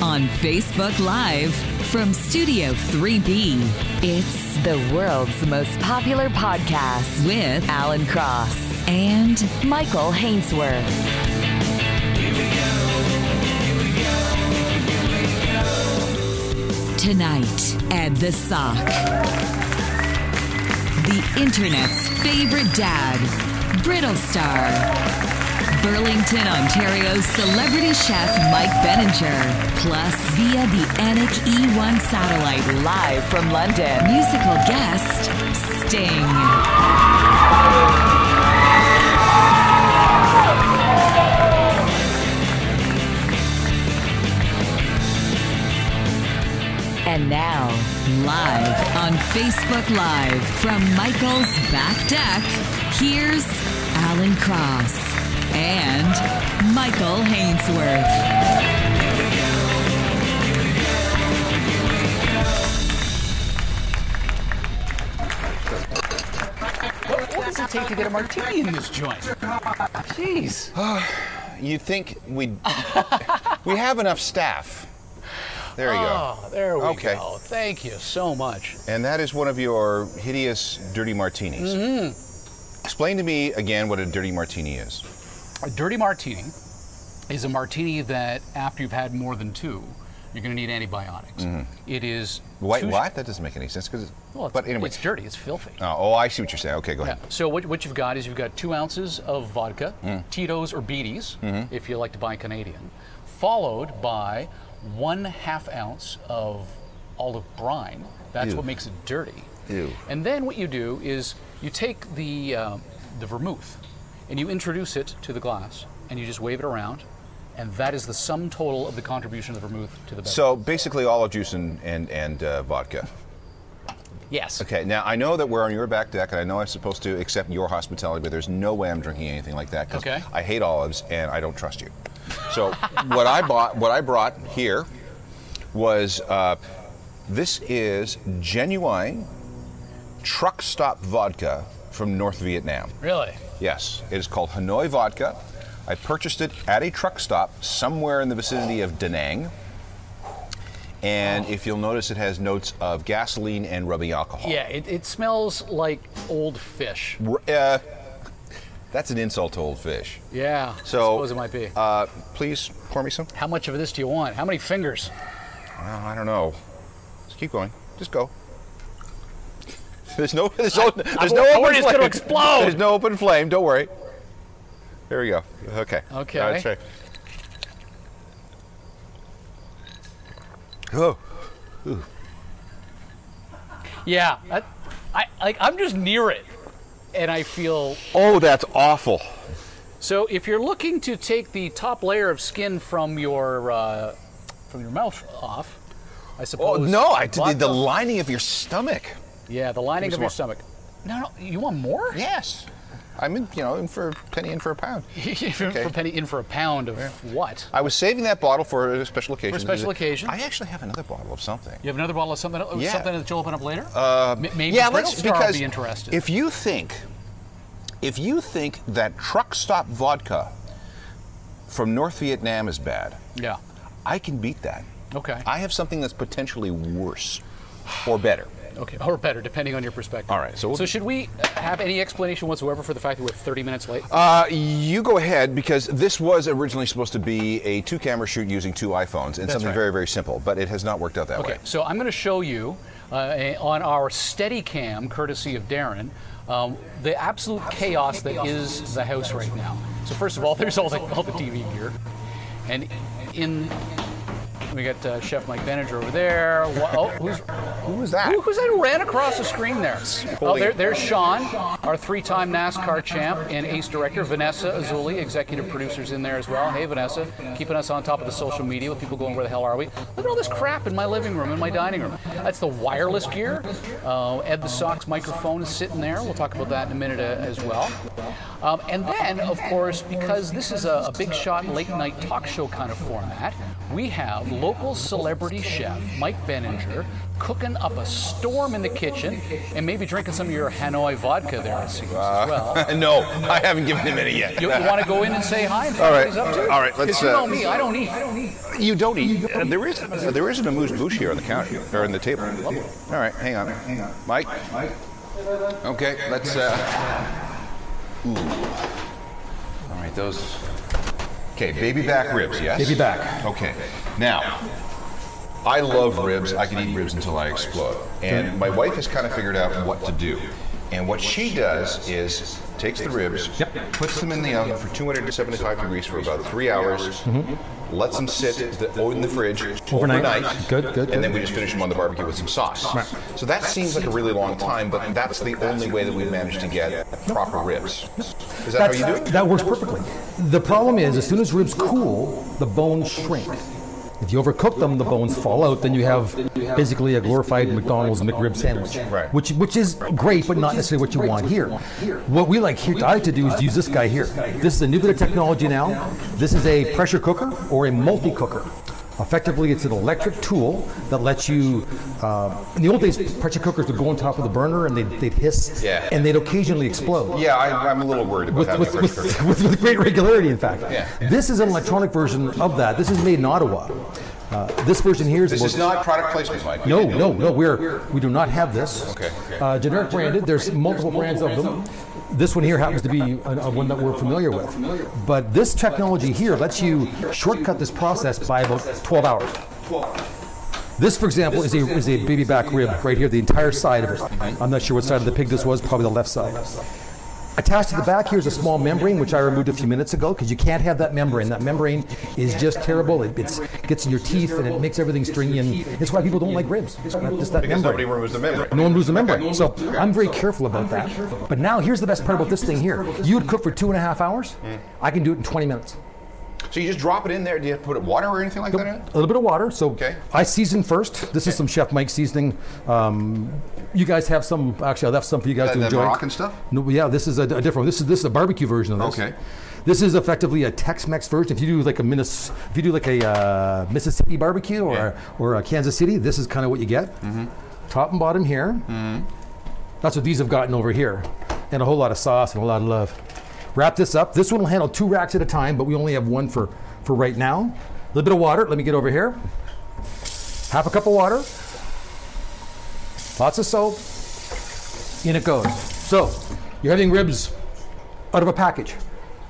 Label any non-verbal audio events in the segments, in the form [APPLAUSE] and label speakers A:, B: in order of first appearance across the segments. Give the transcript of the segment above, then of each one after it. A: Facebook Live from Studio 3B. It's the world's most popular podcast with Alan Cross and Michael Hainsworth. Tonight at the Sock. The internet's favorite dad, Brittle Star. Burlington, Ontario's celebrity chef Mike Benninger, plus via the Anik E1 satellite live from London. Musical guest Sting. And now, live on Facebook Live from Michael's back deck, here's Alan Cross and Michael Hainsworth.
B: What does it take to get a martini in this joint? Jeez.
C: You think we we have enough staff? There you
B: Oh, there we
C: Okay.
B: go. Thank you so much.
C: go. And that is one of your hideous dirty martinis.
B: Mm-hmm.
C: Explain to me again what a dirty martini is.
B: A dirty martini is a martini that after you've had more than two, you're going to need antibiotics. It is
C: Mm-hmm. Wait,
B: two-
C: what? That doesn't make any sense. Because,
B: Well, it's,
C: but anyway.
B: it's dirty. It's filthy.
C: oh, oh, I see what you're saying. Okay, go
B: Yeah.
C: ahead.
B: So what, what you've got is you've got two ounces of vodka,
C: Mm.
B: Tito's or Beatty's,
C: Mm-hmm.
B: if you like to buy Canadian, followed by one half ounce of olive brine. That's
C: Ew.
B: what makes it dirty.
C: Ew.
B: And then what you do is you take the uh, the vermouth, and you introduce it to the glass, and you just wave it around, and that is the sum total of the contribution of the vermouth to the beverage.
C: So basically, olive juice and and, and uh, vodka.
B: yes.
C: Okay. Now I know that we're on your back deck, and I know I'm supposed to accept your hospitality, but there's no way I'm drinking anything like that. 'cause
B: Okay.
C: I hate olives, and I don't trust you. So what I bought, what I brought here, was uh, this is genuine truck stop vodka from North Vietnam.
B: Really.
C: Yes, it is called Hanoi Vodka. I purchased it at a truck stop somewhere in the vicinity of Da Nang. And if you'll notice, it has notes of gasoline and rubbing alcohol.
B: Yeah. It, it smells like old fish.
C: R- Uh, that's an insult to old fish.
B: Yeah. I
C: So,
B: suppose it might be.
C: Uh, please pour me some.
B: How much of this do you want? How many fingers?
C: Well, Uh, I don't know. Just keep going. Just go. There's no. There's no. There's no
B: I'm
C: open
B: worried it's
C: flame.
B: gonna explode.
C: There's no open flame. Don't worry. There we go. Okay.
B: Okay.
C: Now let's try. Oh,
B: Yeah. That, I like. I'm just near it, and I feel.
C: oh, that's awful.
B: So if you're looking to take the top layer of skin from your uh, from your mouth off, I
C: Oh
B: suppose.
C: no! I did
B: vodka-
C: the lining of your stomach.
B: Yeah, the lining
C: Give
B: of
C: me
B: your
C: some
B: stomach. No, no. You want more? [LAUGHS]
C: Yes. I'm in. You know, in for a penny, in for a pound.
B: for a penny in for a pound of what?
C: I was saving that bottle for a special occasion.
B: special occasion?
C: I actually have another bottle of something.
B: You have another bottle of something. else-
C: Yeah.
B: Something that you'll open up later. Uh, maybe
C: yeah,
B: Brittle
C: let's
B: Star
C: because
B: will be interested.
C: if you think if you think that truck stop vodka from North Vietnam is bad,
B: yeah.
C: I can beat that.
B: Okay.
C: I have something that's potentially worse or better.
B: Okay, or better, depending on your perspective.
C: All right, so we'll-
B: should we have any explanation whatsoever for the fact that we're 30 minutes late?
C: Uh, you go ahead because this was originally supposed to be a two-camera shoot using two iPhones and something
B: right.
C: very, very simple, but it has not worked out that
B: okay,
C: way.
B: so I'm going to show you uh, a- on our Steadicam, courtesy of Darren, um, the absolute chaos that is the house right now. So first of all, [LAUGHS] there's all the all the TV gear, and in we got uh, Chef Mike Benninger over there. Wha- Oh, who's
C: Who was that?
B: Who- Who's that who ran across the screen there? Oh, there, there's Sean, our three-time NASCAR champ and ace director. Vanessa Azuli, executive producer's in there as well. Hey, Vanessa, keeping us on top of the social media with people going, where the hell are we? Look at all this crap in my living room, in my dining room. That's the wireless gear. Uh, Ed the Sock's microphone is sitting there. We'll talk about that in a minute uh, as well. Um, and then, of course, because this is a, a big shot late night talk show kind of format, we have local celebrity chef, Mike Benninger, cooking up a storm in the kitchen and maybe drinking some of your Hanoi vodka there, it seems,
C: Ah.
B: as well.
C: [LAUGHS] no, I haven't given him any yet.
B: You, want to go in and say hi and find out
C: [LAUGHS] All
B: what
C: right,
B: he's up to?
C: all right, let's,
B: 'Cause you
C: uh,
B: know me, I don't eat. I don't eat.
C: You don't eat. Uh, there is uh, there is an amuse bouche here on the counter or on the table. All right, hang on, hang on, Mike. Okay, let's. Uh, ooh. All right, those. Okay, baby back ribs. Yes.
D: Baby back.
C: Okay, now. I love ribs. I can eat ribs until I explode. And my wife has kind of figured out what to do. And what she does is takes the ribs,
D: Yep.
C: puts them in the oven for 275 degrees for about three hours, lets them sit the, in the fridge
D: Mm-hmm. Overnight.
C: overnight,
D: Good, good,
C: and then we
D: good.
C: just finish them on the barbecue with some sauce.
D: Right.
C: So that seems like a really long time, but that's the only way that we've managed to get proper ribs. Is that how you do it?
D: That works perfectly. The problem is, as soon as ribs cool, the bones shrink. If you overcook them, the bones fall out. Then you have basically a glorified McDonald's McRib sandwich,
C: Right.
D: which which is great, but not necessarily what you want here. What we like here, I like to do is use this guy here. This is a new bit of technology now. This is a pressure cooker or a multi cooker. Effectively, it's an electric tool that lets you. Uh, in the old days, pressure cookers would go on top of the burner and they'd, they'd hiss,
C: Yeah.
D: and they'd occasionally explode
C: Yeah, I, I'm a little worried about
D: with,
C: having
D: with,
C: a
D: with,
C: pressure cooker.
D: with, with great regularity, in fact.
C: Yeah.
D: This is an electronic version of that. This is made in Ottawa. Uh, this version here is.
C: This
D: the
C: is
D: most-
C: not product placement, Mike.
D: no, no, no. We're we do not have this.
C: Okay, okay.
D: Uh, generic branded. There's multiple brands of them. This one here happens to be a, a one that we're familiar with. But this technology here lets you shortcut this process by about 12 hours. This, for example, is a, is a baby back rib right here, the entire side of it. I'm not sure what side of the pig this was, probably the left side. Attached to the back here is a small membrane, which I removed a few minutes ago because you can't have that membrane. That membrane is just terrible. It it's, gets in your teeth and it makes everything stringy, and it's why people don't like ribs. It's not just that
C: Because nobody
D: membrane.
C: removes the membrane.
D: No one moves the membrane. So I'm very careful about that. But now here's the best part about this thing here. You would cook for two and a half hours. I can do it in 20 minutes.
C: So you just drop it in there. Do you have to put it water or anything like that in?
D: A little bit of water. So
C: Okay.
D: I season first. This is some Chef Mike seasoning. Um, you guys have some. Actually, I left some for you guys
C: That-
D: to
C: Uh, that
D: enjoy.
C: Moroccan stuff?
D: No, yeah, this is a, a different. This is this is a barbecue version of this.
C: Okay.
D: This is effectively a Tex-Mex version. If you do like a Minnes, if you do like a uh, Mississippi barbecue or or a Kansas City, this is kind of what you get. Top and bottom here. That's what these have gotten over here, and a whole lot of sauce and a lot of love. Wrap this up. This one will handle two racks at a time, but we only have one for for right now. A little bit of water. Let me get over here. Half a cup of water. Lots of soap. In it goes. So you're having ribs out of a package.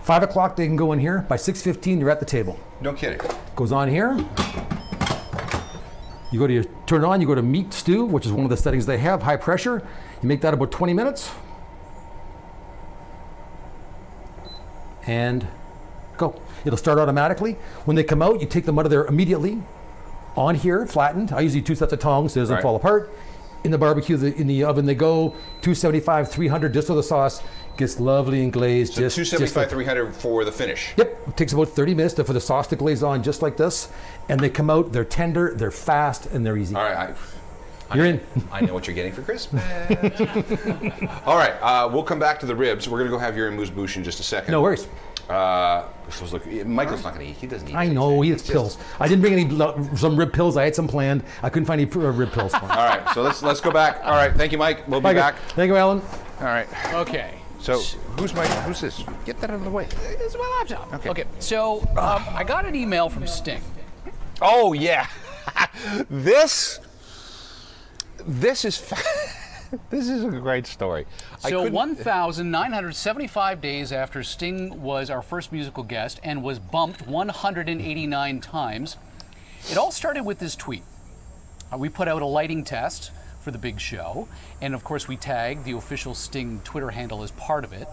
D: Five o'clock they can go in here. By six fifteen you're at the table.
C: No kidding.
D: Goes on here. You go to your turn it on, you go to meat stew, which is one of the settings they have, high pressure. You make that about 20 minutes. And go. It'll start automatically. When they come out, you take them out of there immediately. On here, flattened. I usually use two sets of tongs so it doesn't
C: Right.
D: fall apart. In the barbecue, the, in the oven, they go 275, 300, just so the sauce gets lovely and glazed.
C: So
D: just, just like
C: 275, 300 for the finish.
D: Yep, it takes about 30 minutes to, for the sauce to glaze on just like this. And they come out, they're tender, they're fast, and they're easy.
C: All right. I,
D: You're in. [LAUGHS]
C: I know what you're getting for Christmas. [LAUGHS] All right. Uh, we'll come back to the ribs. We're going to go have your amuse bouche in just a second.
D: No worries.
C: Uh, so look, Michael's not going to eat. He doesn't eat.
D: I know, he
C: anything.
D: has
C: just-
D: pills. I didn't bring any lo- some rib pills. I had some planned. I couldn't find any uh,
C: [LAUGHS]
D: rib pills. For him.
C: All right. So let's let's go back. All right. Thank you, Mike. We'll be
D: Bye, guys.
C: back.
D: Thank you, Alan.
C: All right.
B: Okay.
C: So who's Mike? Who's this? Get that out of the way.
B: It's my laptop. Okay. so um, I got an email from Sting.
C: Oh yeah. [LAUGHS] this this is fa- [LAUGHS] this is a great story. I
B: So
C: couldn't-
B: 1,975 days after Sting was our first musical guest and was bumped 189 times, it all started with this tweet. Uh, We put out a lighting test for the big show, and of course, we tagged the official Sting Twitter handle as part of it.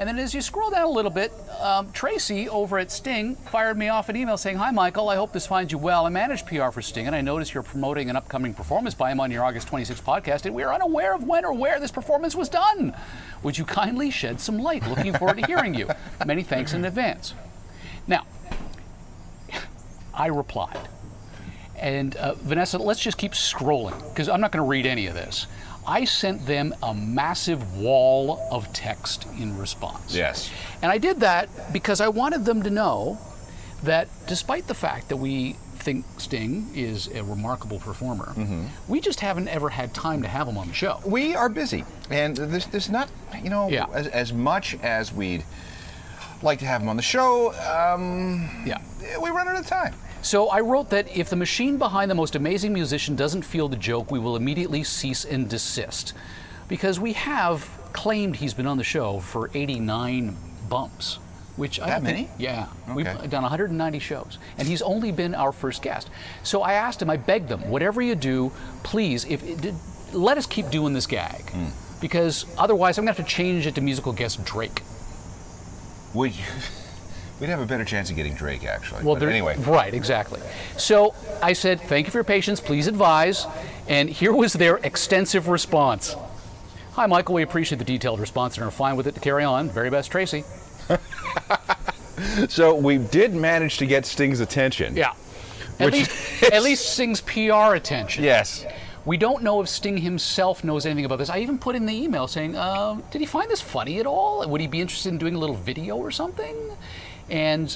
B: And then, as you scroll down a little bit, um, Tracy over at Sting fired me off an email saying, "Hi, Michael. I hope this finds you well. I manage PR for Sting, and I notice you're promoting an upcoming performance by him on your August 26 podcast, and we are unaware of when or where this performance was done. Would you kindly shed some light? Looking forward to hearing you. Many thanks in advance." Now, I replied. And uh, Vanessa, let's just keep scrolling because I'm not going to read any of this. I sent them a massive wall of text in response.
C: Yes.
B: And I did that because I wanted them to know that despite the fact that we think Sting is a remarkable performer. We just haven't ever had time to have him on the show.
C: we are busy, and there's, there's not, you know,
B: Yeah.
C: as, as much as we'd like to have him on the show, um,
B: Yeah.
C: we run out of time.
B: So I wrote that if the machine behind the most amazing musician doesn't feel the joke, we will immediately cease and desist. Because we have claimed he's been on the show for 89 bumps, which I
C: That
B: don't think-
C: many?
B: yeah.
C: Okay.
B: We've done 190 shows, and he's only been our first guest. So I asked him, I begged them, whatever you do, please, if let us keep doing this gag.
C: Hmm.
B: Because otherwise, I'm going to have to change it to musical guest Drake.
C: Would you? [LAUGHS] We'd have a better chance of getting Drake, actually.
B: Well,
C: But
B: there-
C: anyway,
B: Right, exactly. So I said, thank you for your patience, please advise. And here was their extensive response. Hi, Michael, we appreciate the detailed response and are fine with it to carry on. Very best, Tracy.
C: so we did manage to get Sting's attention.
B: Yeah. At,
C: Which
B: least,
C: is-
B: at least Sting's PR attention.
C: Yes.
B: We don't know if Sting himself knows anything about this. I even put in the email saying, um, did he find this funny at all? Would he be interested in doing a little video or something? And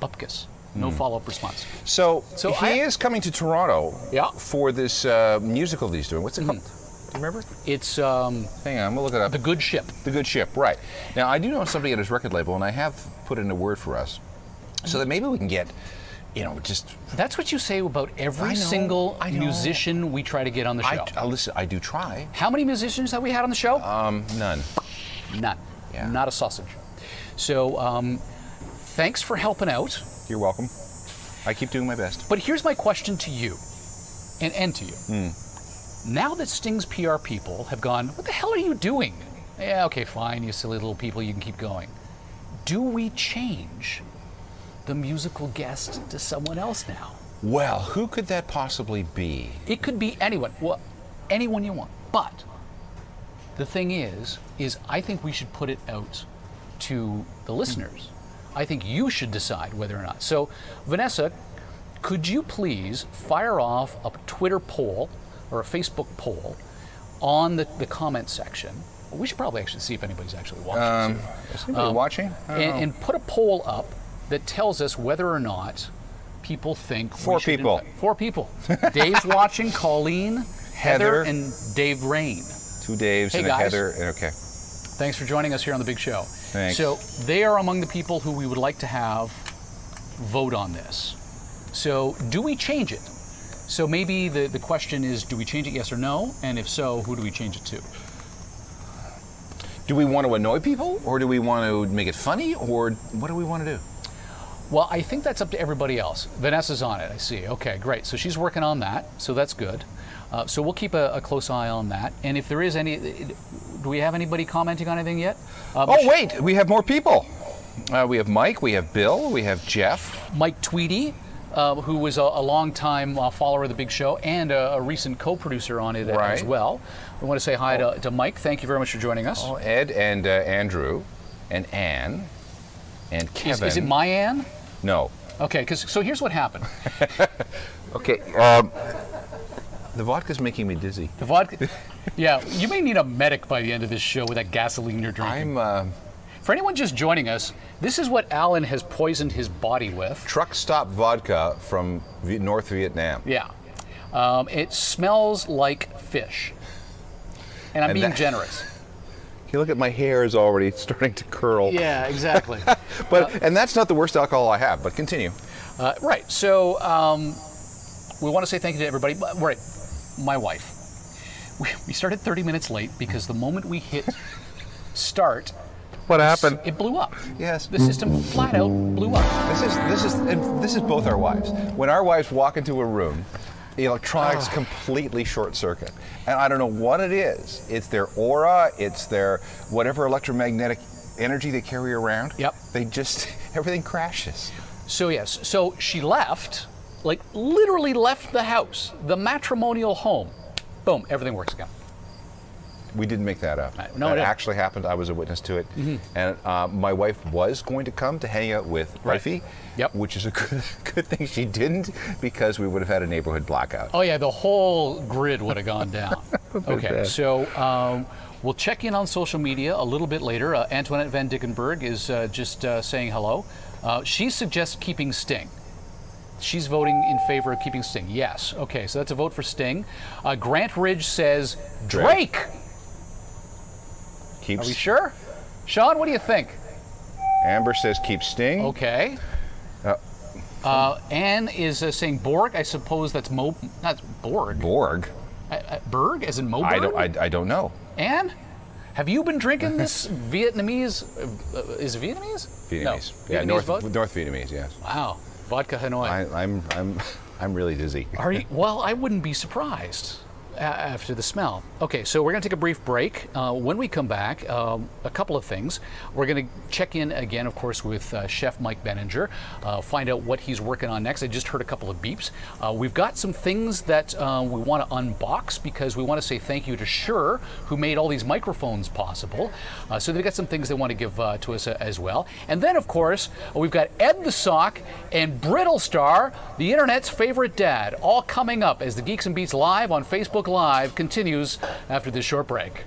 B: bupkis. No
C: Hmm.
B: follow up response.
C: So,
B: So
C: he
B: I-
C: is coming to Toronto
B: Yeah.
C: for this uh, musical that he's doing. What's it called? Hmm. Do you remember?
B: It's um,
C: Hang on, I'm gonna look it up.
B: The
C: The,
B: Good Ship.
C: Good Ship, right? Now I do know somebody at his record label, and I have put in a word for us, so that maybe we can get, you know, just
B: That's what you say about every
C: I know,
B: single
C: I know.
B: musician we try to get on the
C: I,
B: show.
C: I listen. I do try.
B: How many musicians have we had on the show?
C: Um, none.
B: None.
C: yeah.
B: Not a sausage. So, um, thanks for helping out.
C: You're welcome. I keep doing my best.
B: But here's my question to you, and, and to you.
C: Hmm.
B: Now that Sting's PR people have gone, what the hell are you doing? Yeah, okay, fine, you silly little people, you can keep going. Do we change the musical guest to someone else now?
C: Well, who could that possibly be?
B: It could be anyone. Well, anyone you want. But the thing is, is I think we should put it out to the listeners. I think you should decide whether or not. So, Vanessa, could you please fire off a Twitter poll or a Facebook poll on the, the comment section? We should probably actually see if anybody's actually watching.
C: Um,
B: too
C: is anybody watching? I don't
B: and,
C: know.
B: and put a poll up that tells us whether or not people think we
C: Four
B: should
C: people.
B: invite- four people.
C: [LAUGHS]
B: Dave's watching. Colleen, Heather,
C: Heather.
B: and Dave Rain.
C: Two Daves
B: Hey,
C: and
B: guys.
C: a Heather. and- Okay.
B: Thanks for joining us here on the big show.
C: Thanks.
B: So they are among the people who we would like to have vote on this. So do we change it? So maybe the, the question is, do we change it yes or no? And if so, who do we change it to?
C: Do we want to annoy people, or do we want to make it funny, or what do we want to do?
B: Well, I think that's up to everybody else. Vanessa's on it, I see. Okay, great. So she's working on that, so that's good. Uh, so we'll keep a, a close eye on that. And if there is any, do we have anybody commenting on anything yet? Uh,
C: Oh wait, we have more people. Uh, we have Mike, we have Bill, we have Jeff.
B: Mike Tweedy, uh, who was a, a longtime uh, follower of the Big Show and a, a recent co-producer on it as
C: Right.
B: well. We want to say hi to, to Mike. Thank you very much for joining us.
C: Oh, Ed and uh, Andrew, and Anne, and
B: is,
C: Kevin.
B: is it my Ann?
C: No.
B: Okay, 'cause- so here's what happened.
C: Okay. Um, the vodka's making me dizzy.
B: The
C: [LAUGHS]
B: vodka. yeah, you may need a medic by the end of this show with that gasoline you're drinking.
C: I'm uh,
B: For anyone just joining us, this is what Alan has poisoned his body with.
C: truck stop vodka from v- North Vietnam.
B: Yeah. Um, it smells like fish. And I'm
C: And
B: being
C: that-
B: generous.
C: You look at my hair is already starting to curl.
B: [LAUGHS] Yeah, exactly.
C: But and that's not the worst alcohol I have. But continue.
B: uh, right. [LAUGHS] So um, we want to say thank you to everybody. But- Right. My wife. We, we started 30 minutes late because the moment we hit start,
C: What happened?
B: it blew up.
C: Yes.
B: The system flat out blew up.
C: This is this is and this is both our wives. When our wives walk into a room, the electronics completely short circuit, and I don't know what it is. It's their aura. It's their whatever electromagnetic energy they carry around.
B: Yep.
C: They just [LAUGHS] everything crashes.
B: So yes, so she left, like literally left the house, the matrimonial home. Boom, everything works again.
C: We didn't make that up.
B: Right. No, Mm-hmm.
C: that
B: it-
C: actually happened. I was a witness to it. And uh, my wife was going to come to hang out with
B: Right.
C: Wifey,
B: Yep.
C: which is a [LAUGHS] good, good thing she didn't because we would have had a neighborhood blackout.
B: Oh yeah, the whole grid would have gone [LAUGHS] down. okay,
C: bad.
B: so um, we'll check in on social media a little bit later. Uh, Antoinette Van Dickenberg is uh, just uh, saying hello. Uh, she suggests keeping Sting. She's voting in favor of keeping Sting. Yes. Okay, so that's a vote for Sting. Uh, Grant Ridge says Drake.
C: Drake. Keeps
B: Are we sure? Sean, what do you think?
C: Amber says keep Sting.
B: Okay.
C: Uh,
B: Uh, Anne is uh, saying Borg. I suppose that's Mo. Not Borg.
C: Borg.
B: Uh, uh, Berg, as in Moberg.
C: I don't. I, I don't know.
B: Anne, have you been drinking this [LAUGHS] Vietnamese? Uh, uh, is it Vietnamese? No.
C: Vietnamese.
B: Vietnamese
C: Yeah, North
B: vodka?
C: North Vietnamese. Yes.
B: Wow, vodka Hanoi.
C: I, I'm. I'm. I'm really dizzy.
B: Are you? Well, I wouldn't be surprised a- after the smell. Okay, so we're going to take a brief break. Uh, when we come back, um, a couple of things. We're going to check in again, of course, with uh, Chef Mike Benninger, uh, find out what he's working on next. I just heard a couple of beeps. Uh, we've got some things that uh, we want to unbox because we want to say thank you to Sure, who made all these microphones possible. Uh, so they've got some things they want to give uh, to us uh, as well. And then, of course, we've got Ed the Sock and Brittle Star, the internet's favorite dad, all coming up as the Geeks and Beats Live on Facebook Live continues after this short break.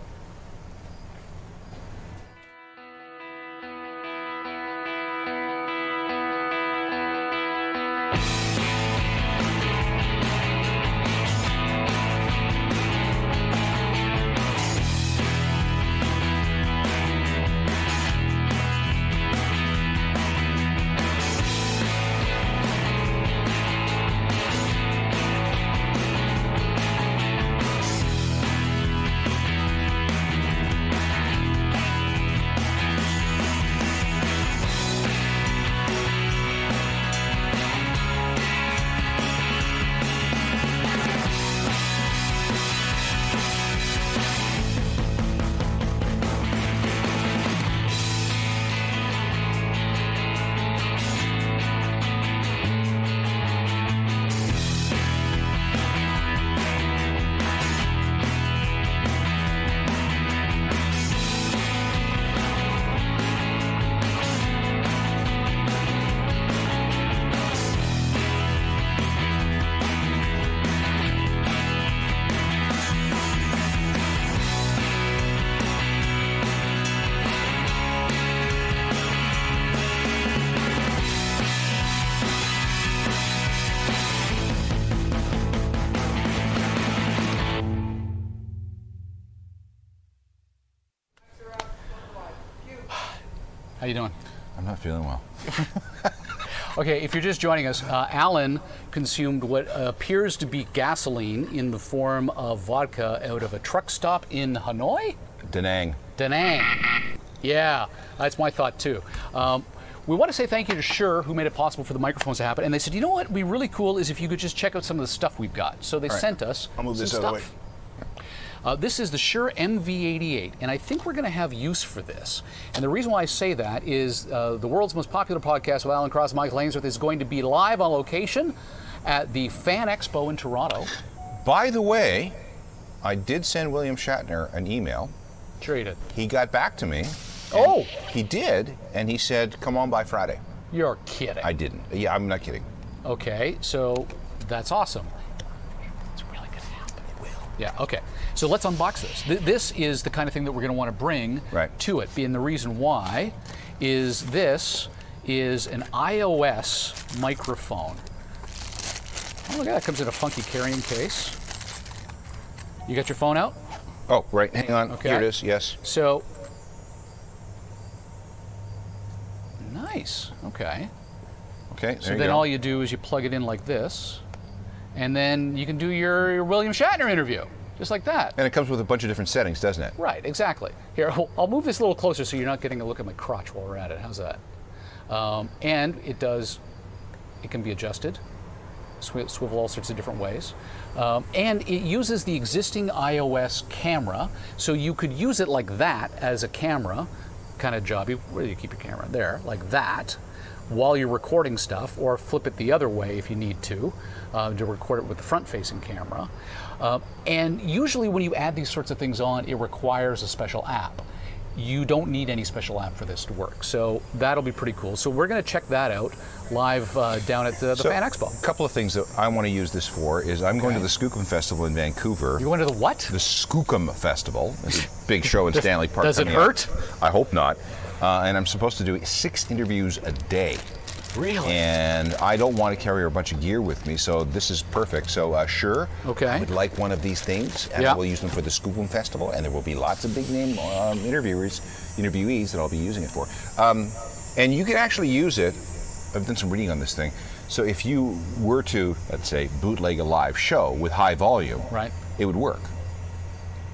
B: How you doing?
C: I'm not feeling well.
B: Okay, if you're just joining us, uh, Alan consumed what appears to be gasoline in the form of vodka out of a truck stop in Hanoi.
C: Da Nang.
B: Da Nang. Yeah, that's my thought too. Um, we want to say thank you to Sure, who made it possible for the microphones to happen. And they said, you know what would be really cool is if you could just check out some of the stuff we've got. So they
C: right.
B: sent us
C: I'll move
B: some
C: this out
B: stuff.
C: of the way.
B: Uh, this is the Shure MV88, and I think we're going to have use for this. And the reason why I say that is uh, the world's most popular podcast with Alan Cross and Mike Lanesworth is going to be live on location at the Fan Expo in Toronto.
C: By the way, I did send William Shatner an email.
B: Sure you did.
C: He got back to me. and
B: Oh!
C: He did, and he said, "Come on by Friday."
B: You're kidding.
C: I didn't. Yeah, I'm not kidding.
B: Okay, so that's awesome. It's really going to happen. It will. Yeah, okay. So let's unbox this. Th- this is the kind of thing that we're going to want to bring
C: Right.
B: to it. And the reason why is this is an iOS microphone. Oh, look at that. It comes in a funky carrying case. You got your phone out?
C: Oh, right. Hang on.
B: Okay.
C: Here it is. Yes.
B: So. Nice. Okay.
C: Okay. There
B: So
C: you
B: then
C: go.
B: all you do is you plug it in like this, and then you can do your, your William Shatner interview, just like that.
C: and it comes with a bunch of different settings, doesn't it?
B: Right, exactly. Here, I'll- I'll move this a little closer so you're not getting a look at my crotch while we're at it. How's that? Um, and it does, it can be adjusted, swi- swivel all sorts of different ways. Um, and it uses the existing iOS camera, so you could use it like that as a camera kind of job. You- Where do you keep your camera? There, like that, while you're recording stuff, or flip it the other way if you need to, uh, to record it with the front facing camera. Uh, and usually, when you add these sorts of things on, it requires a special app you don't need any special app for this to work. So that'll be pretty cool. So we're going to check that out live uh, down at the, the
C: So,
B: Fan Expo.
C: A couple of things that I want to use this for is I'm going to the Skookum Festival in Vancouver.
B: You're going to the what?
C: the Skookum Festival. It's a
B: [LAUGHS]
C: big show in Stanley Park.
B: does it
C: coming up.
B: hurt?
C: I hope not. Uh, and I'm supposed to do six interviews a day.
B: Really?
C: And I don't want to carry a bunch of gear with me, so this is perfect. So uh, sure,
B: Okay.
C: I would like one of these things, and
B: Yeah.
C: we'll use them for the Scoopum Festival, and there will be lots of big name um, interviewers, interviewees that I'll be using it for. Um, and you can actually use it. I've done some reading on this thing. So if you were to, let's say, bootleg a live show with high volume,
B: Right.
C: it would work.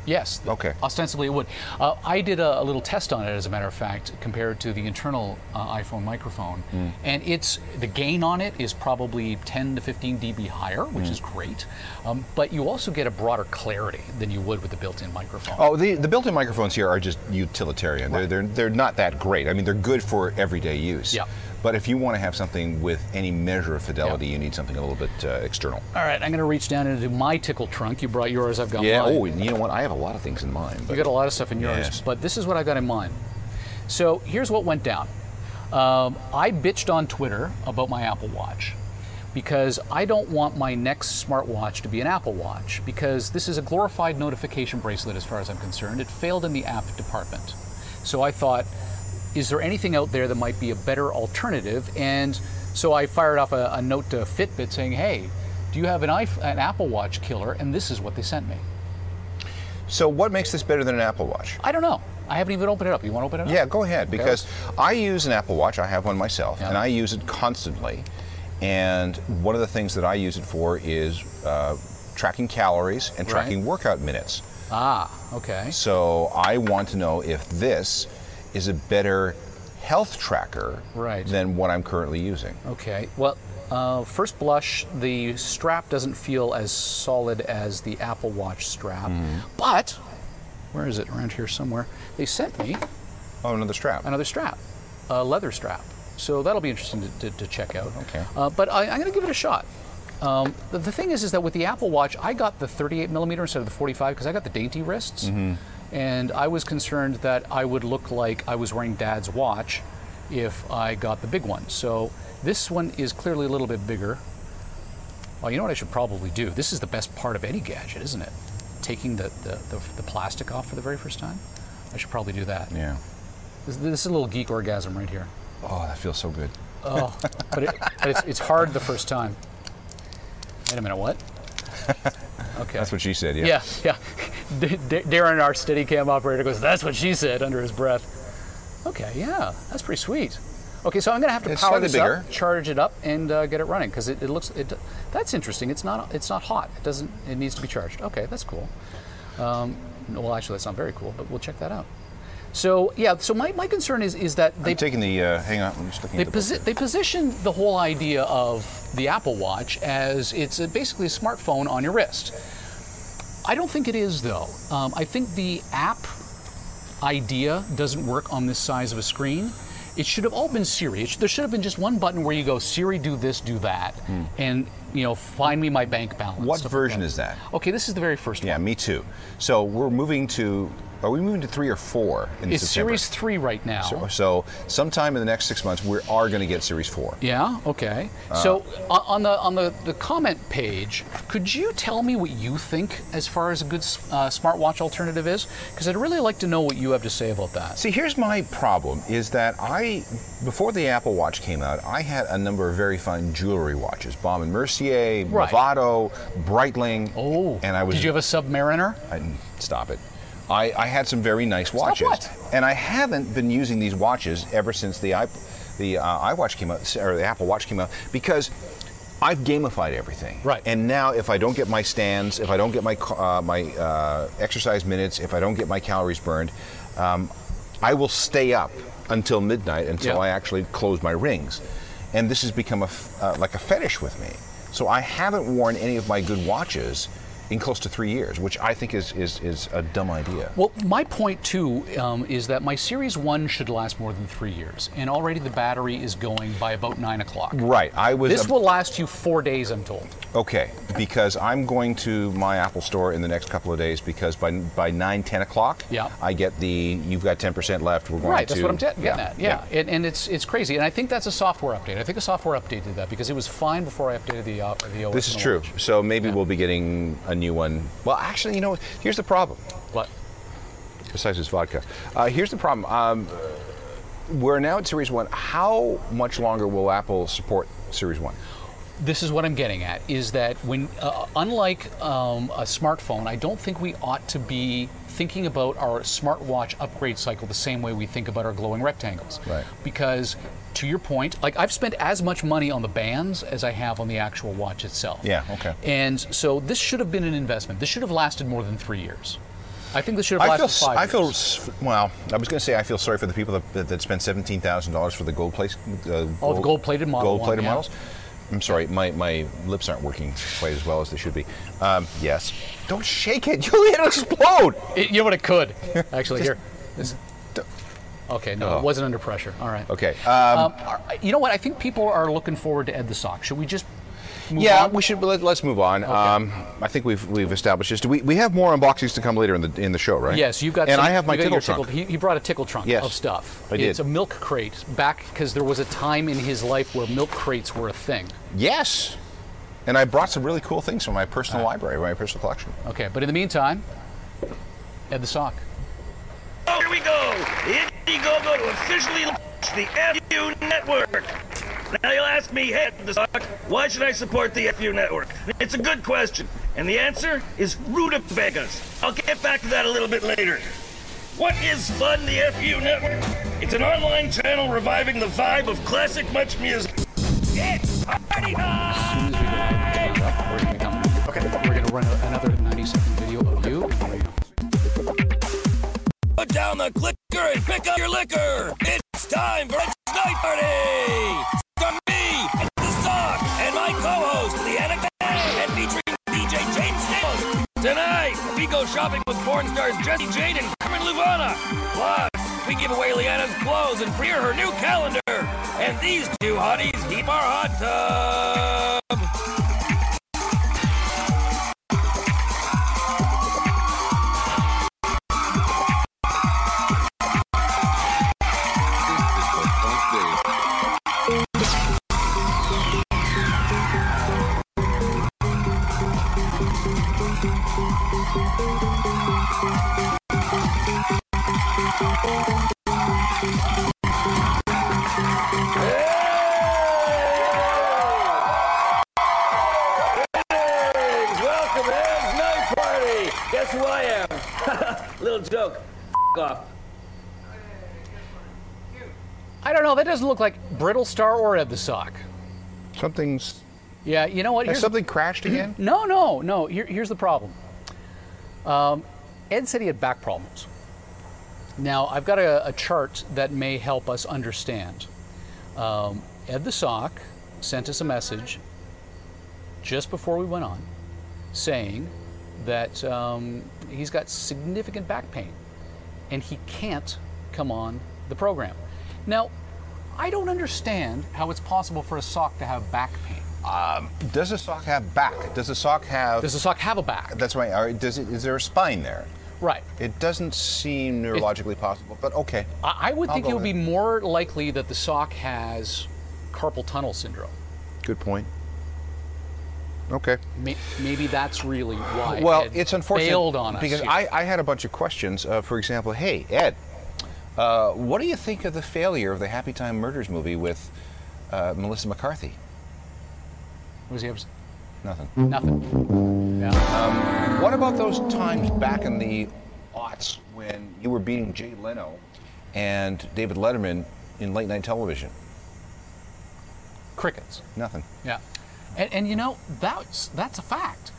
B: Yes.
C: Okay.
B: Ostensibly, it would. Uh, I did a, a little test on it, as a matter of fact, compared to the internal uh, iPhone microphone,
C: Hmm.
B: and it's the gain on it is probably 10 to 15 dB higher, which
C: Hmm.
B: is great. Um, but you also get a broader clarity than you would with the built-in microphone.
C: Oh, the, the built-in microphones here are just utilitarian. They're, they're, they're not that great. I mean, they're good for everyday use.
B: Yeah.
C: But if you want to have something with any measure of fidelity, you need something a little bit uh, external.
B: All right, I'm going to reach down into my tickle trunk. You brought yours. I've got
C: Yeah.
B: mine.
C: Oh, and you know what? I have a lot of things in mind. But
B: You got a lot of stuff in yours,
C: Yes.
B: but this is what I got in mind. So here's what went down. Um, I bitched on Twitter about my Apple Watch because I don't want my next smartwatch to be an Apple Watch because this is a glorified notification bracelet as far as I'm concerned. It failed in the app department. So I thought, is there anything out there that might be a better alternative? And so I fired off a, a note to Fitbit saying, hey, do you have an, iPh- an Apple Watch killer? And this is what they sent me.
C: So what makes this better than an Apple Watch?
B: I don't know. I haven't even opened it up. You want to open it up?
C: Yeah, go ahead. Because I use an Apple Watch. I have one myself,
B: Yeah.
C: and I use it constantly. And one of the things that I use it for is uh, tracking calories and tracking workout minutes.
B: Ah, okay.
C: So I want to know if this is a better health tracker
B: Right.
C: than what I'm currently using.
B: Okay. Well, uh, first blush, the strap doesn't feel as solid as the Apple Watch strap, but where is it? Around here somewhere. They sent me
C: Oh, another strap.
B: another strap, a leather strap. So that'll be interesting to, to, to check out.
C: Okay.
B: Uh, but I, I'm going to give it a shot. Um, the, the thing is, is that with the Apple Watch, I got the 38 millimeter instead of the 45 because I got the dainty wrists,
C: Mm-hmm.
B: and I was concerned that I would look like I was wearing Dad's watch if I got the big one. So this one is clearly a little bit bigger. Well, you know what I should probably do. This is the best part of any gadget, isn't it? Taking the, the, the, the plastic off for the very first time. I should probably do that.
C: Yeah.
B: This, this is a little geek orgasm right here.
C: Oh, that feels so good.
B: Oh, [LAUGHS] but, it, but it's, it's hard the first time. Wait a minute,
C: [LAUGHS]
B: what? Okay.
C: That's what she said. Yeah.
B: Yeah, yeah. [LAUGHS] D- D- Darren, our steady cam operator, goes, That's what she said under his breath. Okay, yeah, that's pretty sweet. Okay, so I'm going to have to
C: It's
B: power
C: slightly
B: this
C: bigger.
B: up, charge it up, and uh, get it running because it, it looks. It, that's interesting. It's not. It's not hot. It doesn't. It needs to be charged. Okay, that's cool. Um, no, well, actually, that's not very cool, but we'll check that out. So yeah. So my, my concern is is that they
C: I'm taking the. Uh, hang on. I'm just looking
B: they,
C: at the. book.
B: posi- they positioned the whole idea of the Apple Watch as it's a, basically a smartphone on your wrist. I don't think it is, though. Um, I think the app idea doesn't work on this size of a screen. It should have all been Siri. It sh- there should have been just one button where you go, Siri, do this, do that, and you know, find me my bank balance.
C: Hmm. What
B: stuff like
C: version is that?
B: Okay, this is the very first
C: Yeah,
B: one.
C: me too. So we're moving to. Are we moving to three or four in
B: It's
C: September?
B: Series 3 right now.
C: So, so sometime in the next six months, we are going to get series four.
B: Yeah. Okay. so
C: Uh.
B: o- on the on the, the comment page, could you tell me what you think as far as a good s- uh, smartwatch alternative is? Because I'd really like to know what you have to say about that.
C: See, here's my problem is that I, before the Apple Watch came out, I had a number of very fine jewelry watches Baum and Mercier,
B: Right.
C: Movado, Breitling.
B: Oh.
C: and I was.
B: Did you have a Submariner?
C: I, stop it. I, I had some very nice watches.
B: what?
C: And I haven't been using these watches ever since the, iP- the uh, iWatch came out, or the Apple Watch came out, because I've gamified everything.
B: Right.
C: And now, if I don't get my stands, if I don't get my, ca- uh, my uh, exercise minutes, if I don't get my calories burned, um, I will stay up until midnight until
B: Yeah.
C: I actually close my rings. And this has become a f- uh, like a fetish with me. So I haven't worn any of my good watches in close to three years, which I think is, is, is a dumb idea.
B: Well, my point too um, is that my Series One should last more than three years, and already the battery is going by about nine o'clock.
C: right. I was
B: This
C: ab-
B: will last you four days, I'm told.
C: okay because I'm going to my Apple store in the next couple of days because by by nine ten o'clock,
B: Yeah.
C: I get the you've got ten percent left. We're going
B: Right,
C: to
B: that's what I'm ta- getting at. Yeah, And, and it's it's crazy, and I think that's a software update. I think a software update did that because it was fine before I updated the uh, the OS.
C: This is
B: on the
C: true.
B: watch.
C: So maybe we'll be getting a new one. Well, actually, you know, here's the problem.
B: What?
C: Besides this vodka, uh, here's the problem. Um, we're now at Series One. How much longer will Apple support Series One?
B: this is what I'm getting at is that when, uh, unlike um, a smartphone, I don't think we ought to be thinking about our smartwatch upgrade cycle the same way we think about our glowing rectangles.
C: Right.
B: Because, to your point, like I've spent as much money on the bands as I have on the actual watch itself.
C: Yeah, okay.
B: And so this should have been an investment. This should have lasted more than three years. I think this should have
C: I
B: lasted
C: feel. s-
B: five
C: I feel.
B: years.
C: s- Well, I was going to say I feel sorry for the people that, that, that spend seventeen thousand dollars for the gold place. Uh,
B: Oh, the gold-plated model one,
C: Gold-plated
B: yeah.
C: models. I'm sorry, my, my lips aren't working quite as well as they should be. Um, yes. Don't shake it. [LAUGHS] You'll it'll explode.
B: It- you know what? It
C: [LAUGHS]
B: could actually
C: Just- Oh.
B: here. This- okay, no, it wasn't under pressure. All right.
C: Okay. Um,
B: Um, are- you know what? I think people are looking forward to Ed the Sock. Should we just move
C: yeah,
B: on?
C: we should. Let, let's move on. Um, I think we've we've established this. Do we we have more unboxings to come later in the in the show, right?
B: Yes, you've got.
C: And
B: some-
C: I have my
B: you got
C: tickle
B: your
C: trunk.
B: He, he brought a tickle trunk
C: Yes,
B: of stuff.
C: I did.
B: It's a milk crate back because there was a time in his life where milk crates were a thing.
C: Yes. And I brought some really cool things from my personal
B: Uh.
C: library, my personal collection.
B: Okay, but in the meantime, Ed the Sock.
E: Here we go! Indiegogo to officially launch the FU network! Now you'll ask me, hey, the sock, why should I support the FU network? It's a good question, and the answer is rutabagas. I'll get back to that a little bit later. What is Fun the FU Network? It's an online channel reviving the vibe of classic much music. It's party
B: As
E: time!
B: soon as we go ahead and tickle trunk, we're gonna come- we're gonna run a- another 90-second video of you. There you go.
E: Put down the clicker and pick up your liquor. It's time for a night party. From me, and the sock, and my co-host Leanna Kay, and featuring DJ James Stills. Tonight, we go shopping with porn stars Jesse Jade and Carmen Luvana. Plus, we give away Leanna's clothes and premiere her new calendar. And these two hotties keep our hot tub. Greetings! Welcome to Ed's Night Party! Guess who I am? Little joke. F off.
B: I don't know. That doesn't look like Brittle Star or Ed the Sock.
C: Something's
B: Yeah, you know what?
C: has
B: Here's-
C: something crashed again.
B: [CLEARS THROAT] No, no, no. Here, here's the problem. Um, Ed said he had back problems. Now, I've got a, a chart that may help us understand. Um, Ed the Sock sent us a message just before we went on saying that um, he's got significant back pain and he can't come on the program. Now, I don't understand how it's possible for a sock to have back pain.
C: Does the sock have back? Does the sock have?
B: Does a sock have a back?
C: that's right. Or does it? Is there a spine there?
B: Right.
C: It doesn't seem neurologically possible, but okay.
B: I, I would
C: I'll
B: think
C: go
B: it would be
C: with
B: more likely that the sock has carpal tunnel syndrome.
C: Good point. Okay.
B: May, maybe that's really why.
C: Well,
B: Ed
C: it's unfortunate
B: Bailed on us
C: because
B: here.
C: I, I had a bunch of questions. Uh, for example, hey Ed, uh, what do you think of the failure of the Happy Time Murders movie with uh, Melissa McCarthy?
B: What does he have to say?
C: Nothing.
B: nothing. Yeah.
C: What about those times back in the aughts when you were beating Jay Leno and David Letterman in late night television?
B: Crickets.
C: Nothing.
B: Yeah. And, and you know, that's, that's a fact.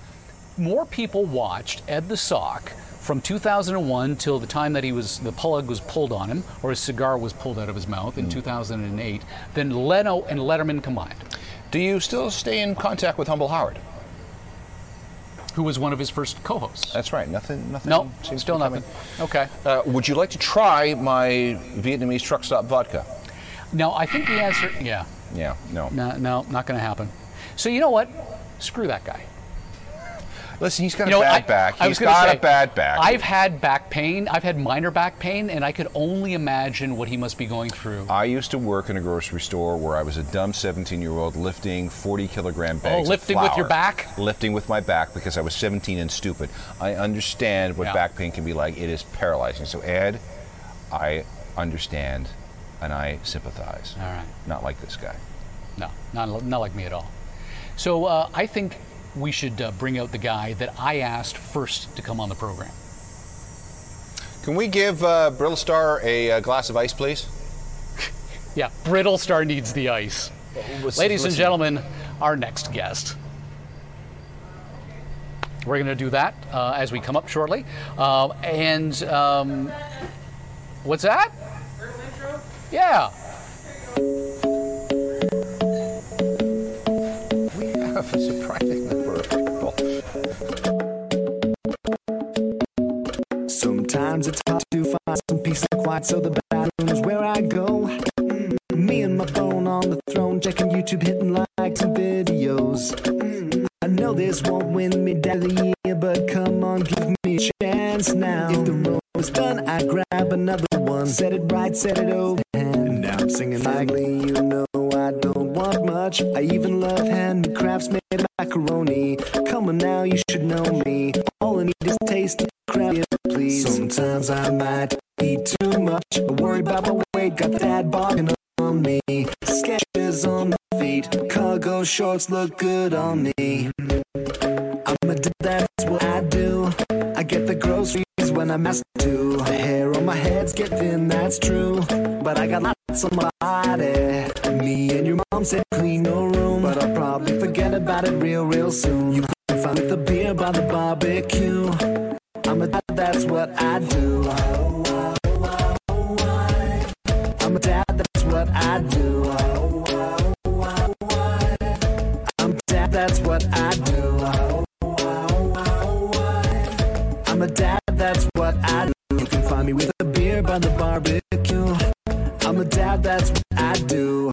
B: More people watched Ed the Sock from 2001 till the time that he was the plug was pulled on him or his cigar was pulled out of his mouth
C: Hmm.
B: in 2008 than Leno and Letterman combined,
C: Do you still stay in contact with Humble Howard?
B: who was one of his first co-hosts.
C: That's right. Nothing. Nothing.
B: No,
C: seems
B: still
C: to be
B: nothing.
C: coming.
B: Okay.
C: Uh, would you like to try my Vietnamese truck stop vodka?
B: Now, I think the answer, yeah,
C: Yeah. No.
B: no, no, not going to happen. So you know what? Screw that guy.
C: Listen, he's got
B: You know,
C: a bad
B: I-
C: back.
B: I
C: He's
B: was gonna
C: got
B: say,
C: a bad back.
B: I've had back pain. I've had minor back pain, and I could only imagine what he must be going through.
C: I used to work in a grocery store where I was a dumb 17-year-old lifting 40-kilogram bags. of
B: Oh, lifting with your
C: flour.
B: back?
C: Lifting with my back because I was 17 and stupid. I understand what
B: Yeah.
C: back pain can be like. It is paralyzing. So Ed, I understand. and I sympathize.
B: All right.
C: Not like this guy.
B: No, not, not like me at all. So uh, I think we should uh, bring out the guy that I asked first to come on the program.
C: Can we give uh, Brittle Star a, uh glass of ice, please?
B: Yeah, Brittle Star needs the ice. Ladies and gentlemen, our next guest. We're going to do that uh, as we come up shortly. Uh, and um, what's that? Yeah.
C: We have a surprising number of people.
F: Sometimes it's hard to find some peace and quiet, so the bathroom's where I go. Mm, Me and my phone on the throne, checking YouTube, hitting likes and videos. Mm, I know this won't win me down the year, but come on, give me a chance now. If the road is done, I grab another one. Set it right, set it open. And now I'm singing likely, you know I don't want much. I even love hand crafts made of macaroni. Come on now, you should know me. All I need is taste, crap, yeah, please. Sometimes I might eat too much. I worry about my weight, got that bargain on me. Sketches on my feet, cargo shorts look good on me. I'm a d- that's what I do. I get the groceries when I'm asked to. The hair on my head's get thin, that's true. But I got lots on my body. Me and your mom said clean your room. But I'll probably forget about it real, real soon. You can find me the beer by the barbecue. I'm a dad, that's what I do. I'm a dad, that's what I do. I'm a dad, that's what I do. I'm a dad, that's what I do. You can find me with a beer by the barbecue. I'm a dad, that's what I do.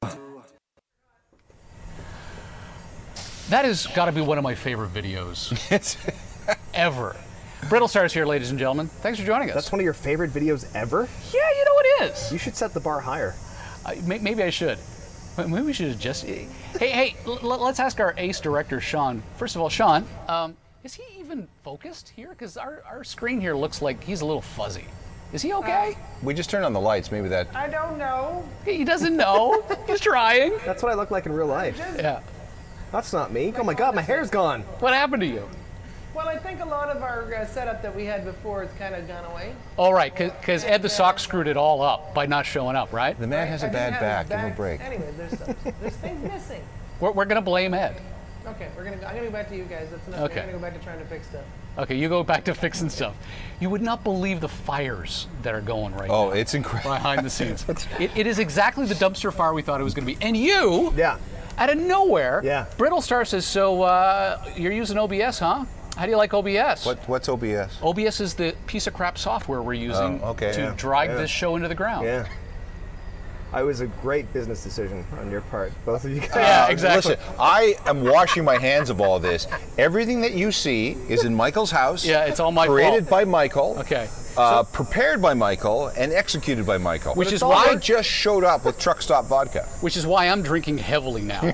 B: That has got to be one of my favorite videos ever. Brittle Stars here, ladies and gentlemen. Thanks for joining us.
G: That's one of your favorite videos ever?
B: yeah, you know it is.
G: You should set the bar higher.
B: I- may- Maybe I should. Maybe we should just. Hey, hey, l- l- let's ask our ace director, Sean. First of all, Sean, um, is he even focused here? Because our, our screen here looks like he's a little fuzzy. Is he okay?
C: We just turned on the lights. Maybe that.
G: I don't know.
B: he doesn't know. he's trying.
G: That's what I look like in real life.
B: Yeah.
G: That's not me. Oh my god, my hair's gone.
B: What happened to you?
H: Well, I think a lot of our uh, setup that we had before has kind of gone away.
B: All right, because Ed the Sock screwed it all up by not showing up, right?
C: The man has a
H: I didn't
C: bad
H: have
C: back.
H: his
C: Give him a break.
H: Anyway,
C: [LAUGHS]
H: there's, some- there's things missing.
B: We're, we're going to blame Ed.
H: Okay, we're gonna. Go, I'm gonna go back to you guys. That's enough.
B: Okay.
H: I'm gonna go back to trying to fix stuff.
B: Okay, you go back to [LAUGHS] fixing stuff. You would not believe the fires that are going right
C: Oh,
B: now
C: it's incredible.
B: behind the scenes. it, it is exactly the dumpster fire we thought it was going to be. And you.
G: Yeah.
B: out of nowhere,
G: Yeah.
B: Brittle Star says, "So uh, you're using OBS, huh? How do you like OBS?"
C: What, what's OBS?
B: OBS is the piece of crap software we're using
C: Oh, okay,
B: to
C: yeah,
B: drag
G: yeah.
B: this show into the ground.
G: Yeah. I was a great business decision on your part, both of you guys.
B: Oh, Yeah, exactly.
C: Um, Listen, I am washing my hands of all this. Everything that you see is in Michael's house.
B: Yeah, it's all my
C: created
B: fault.
C: by Michael.
B: Okay.
C: Uh, prepared by Michael and executed by Michael.
B: Which is
C: I
B: why-
C: just showed up with truck stop vodka.
B: Which is why I'm drinking heavily
G: [LAUGHS]
B: now.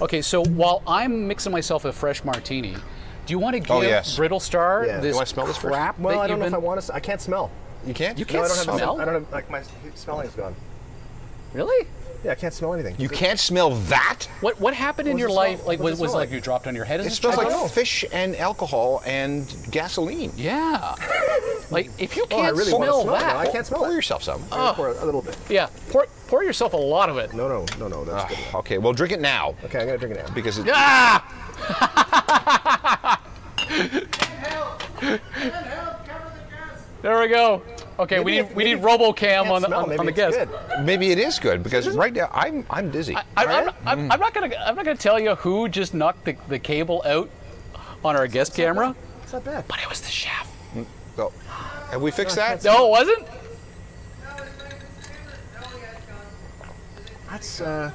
B: okay, so while I'm mixing myself a fresh martini, do you want to give
C: Oh, yes.
B: Brittle Star
G: Yeah.
B: this
C: Do I smell this first?
B: crap?
G: Well,
B: that
G: I don't know
B: you've
G: if I
B: been-
G: want to. I can't smell.
C: You can't.
B: You
G: No,
B: can't
G: I don't have.
B: smell.
G: I don't have. Like my smelling's gone.
B: Really?
G: Yeah, I can't smell anything.
C: You can't smell that.
B: What What happened in
G: does
B: your
G: it
B: life?
G: smell-
B: Like
G: what
B: was,
G: does it
B: was it
G: smell
B: like
G: like?
B: you dropped on your head? Is
C: It smells
B: chocolate?
C: like fish and alcohol and gasoline.
G: [LAUGHS]
B: Yeah. like if you
G: oh, I
B: can't
G: really want to
B: smell
G: smell it now.
B: that, Uh.
G: I can't smell
C: Pour
G: it.
C: yourself some.
B: Oh.
G: I'm gonna pour a little bit.
B: yeah, pour pour yourself a lot of it.
G: No, no, no, no. That's good.
C: Ah, okay, well, drink it now
G: Okay, I'm gonna drink it now.
C: because it,
B: Ah!
H: [LAUGHS]
B: There we go. Okay, we
G: Maybe
B: need
G: if-
B: we
G: maybe
B: need
G: if you
B: RoboCam
G: can't
B: on the
G: smell,
B: on,
G: maybe
B: on the
G: it's
B: guest.
G: good.
C: maybe it is good because right now I'm I'm dizzy.
B: I, I'm, not, I'm,
G: Mm.
B: I'm not gonna I'm not gonna tell you who just knocked the, the cable out on our guest camera,
G: It's not bad.
B: but it was the chef.
C: So, have we fixed that?
B: No, it wasn't.
G: That's uh.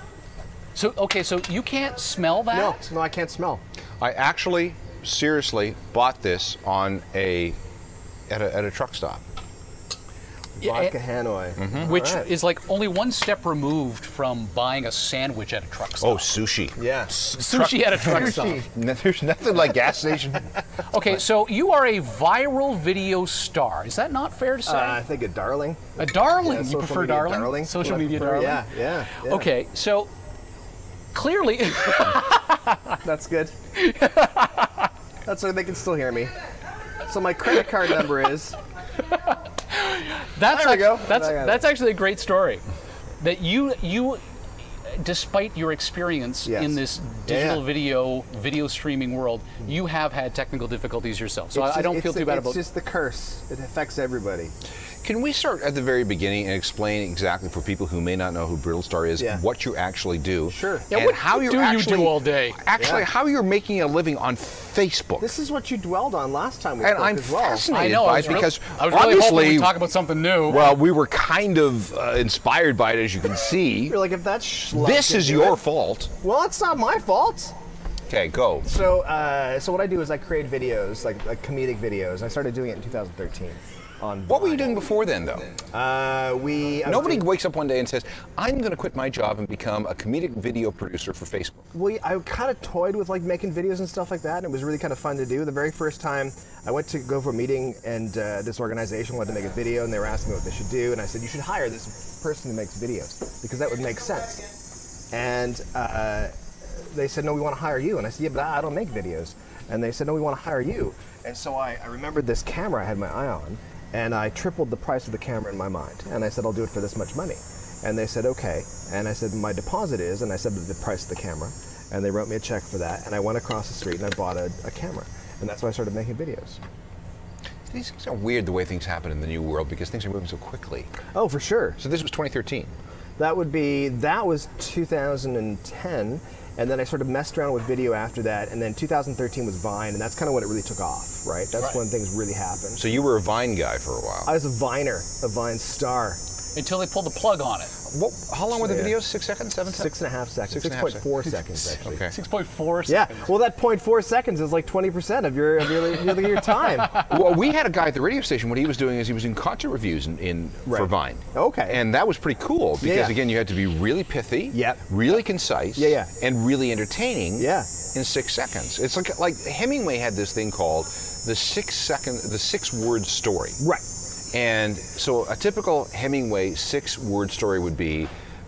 B: So okay, so you can't smell that.
G: No, no, I can't smell.
C: I actually seriously bought this on a at a, at a truck stop.
G: Vodka Hanoi.
B: Mm-hmm. which
G: All right.
B: is like only one step removed from buying a sandwich at a truck stop.
C: Oh, sushi.
G: Yeah.
B: Sushi at a [LAUGHS] truck stop.
C: No, [LAUGHS] There's nothing like gas station. [LAUGHS]
B: Okay, so you are a viral video star. Is that not fair to say?
G: Uh, I think a darling.
B: a darling.
G: Yeah,
B: you
G: social
B: prefer
G: media
B: darling?
G: Yeah,
B: Social
G: I
B: media
G: prefer-
B: darling.
G: Yeah, yeah, yeah.
B: Okay, so clearly, [LAUGHS]
G: That's good. That's so they can still hear me. So my credit card number
B: [LAUGHS]
G: is
B: that's
G: There we
B: act-
G: go.
B: that's
G: I got it.
B: that's actually a great story. That you you, despite your experience
G: Yes.
B: in this
G: Yeah,
B: digital
G: yeah.
B: video video streaming world, you have had technical difficulties yourself. So I,
G: It's
B: I
G: just-
B: don't
G: it's
B: feel
G: the-
B: too bad
G: It's
B: about.
G: just the curse. It affects everybody.
C: Can we start at the very beginning and explain exactly for people who may not know who Brittle Star is
G: Yeah.
C: what you actually do?
G: Sure.
B: Yeah,
C: and
B: what
C: how
B: do
C: you're
B: you do
C: actually-
B: all day?
C: Actually,
G: Yeah.
C: how you're making a living on Facebook.
G: This is what you dwelled on last time we
C: And
G: talked
C: I'm
G: as well.
C: fascinated.
B: I know
C: by
B: I
C: it
B: was real-
C: because
B: I was really hoping
C: obviously-
B: we'd talk about something new.
C: well, we were kind of uh, inspired by it, as you can see.
G: You're like, if that's schluck
C: this
G: can
C: is
G: do
C: your
G: it-
C: fault.
G: Well, it's not my fault.
C: Okay, go.
G: So, uh, so what I do is I create videos, like, like comedic videos. I started doing it in 2013. On
C: What were you doing before then, though?
G: Uh, we I was
C: Nobody
G: doing-
C: wakes up one day and says, "I'm going to quit my job and become a comedic video producer for Facebook."
G: we I kind of toyed with like making videos and stuff like that, and it was really kind of fun to do. The very first time I went to go for a meeting, and uh, this organization wanted to make a video, and they were asking me what they should do, and I said you should hire this person who makes videos because that would make sense. And uh, they said no, we want to hire you, and I said yeah, but I I don't make videos. And they said no, we want to hire you. And so I, I remembered this camera I had my eye on, and I tripled the price of the camera in my mind, and I said I'll do it for this much money. And they said, okay. And I said, my deposit is, and I said the price of the camera. And they wrote me a check for that. And I went across the street and I bought a, a camera. And that's why I started making videos.
C: These things are weird the way things happen in the new world because things are moving so quickly.
G: Oh, for sure.
C: So this was 2013.
G: That would be, that was 2010. And then I sort of messed around with video after that. And then 2013 was Vine. And that's kind of when it really took off, right? That's when things really happened.
C: So you were a Vine guy for a while.
G: I was a Viner, a Vine star.
B: until they pulled the plug on it.
C: What, how long were the
G: Yeah.
C: videos? Six seconds? Seven
G: Six and a half seconds.
C: Six and a half [LAUGHS]
G: 6.4 seconds, actually.
B: [LAUGHS]
C: Okay.
B: Six point four.
G: Yeah, well, that 0.4 seconds is like 20% of your, of your, of your time.
C: [LAUGHS] well, we had a guy at the radio station. What he was doing is he was doing concert reviews in, in for
G: Right.
C: Vine.
G: Okay.
C: And that was pretty cool because
G: yeah.
C: again, you had to be really pithy,
G: Yep.
C: really concise,
G: Yeah, yeah.
C: and really entertaining.
G: Yeah.
C: In six seconds, it's like like Hemingway had this thing called the six second, the six word story.
G: Right.
C: And so a typical Hemingway six word story would be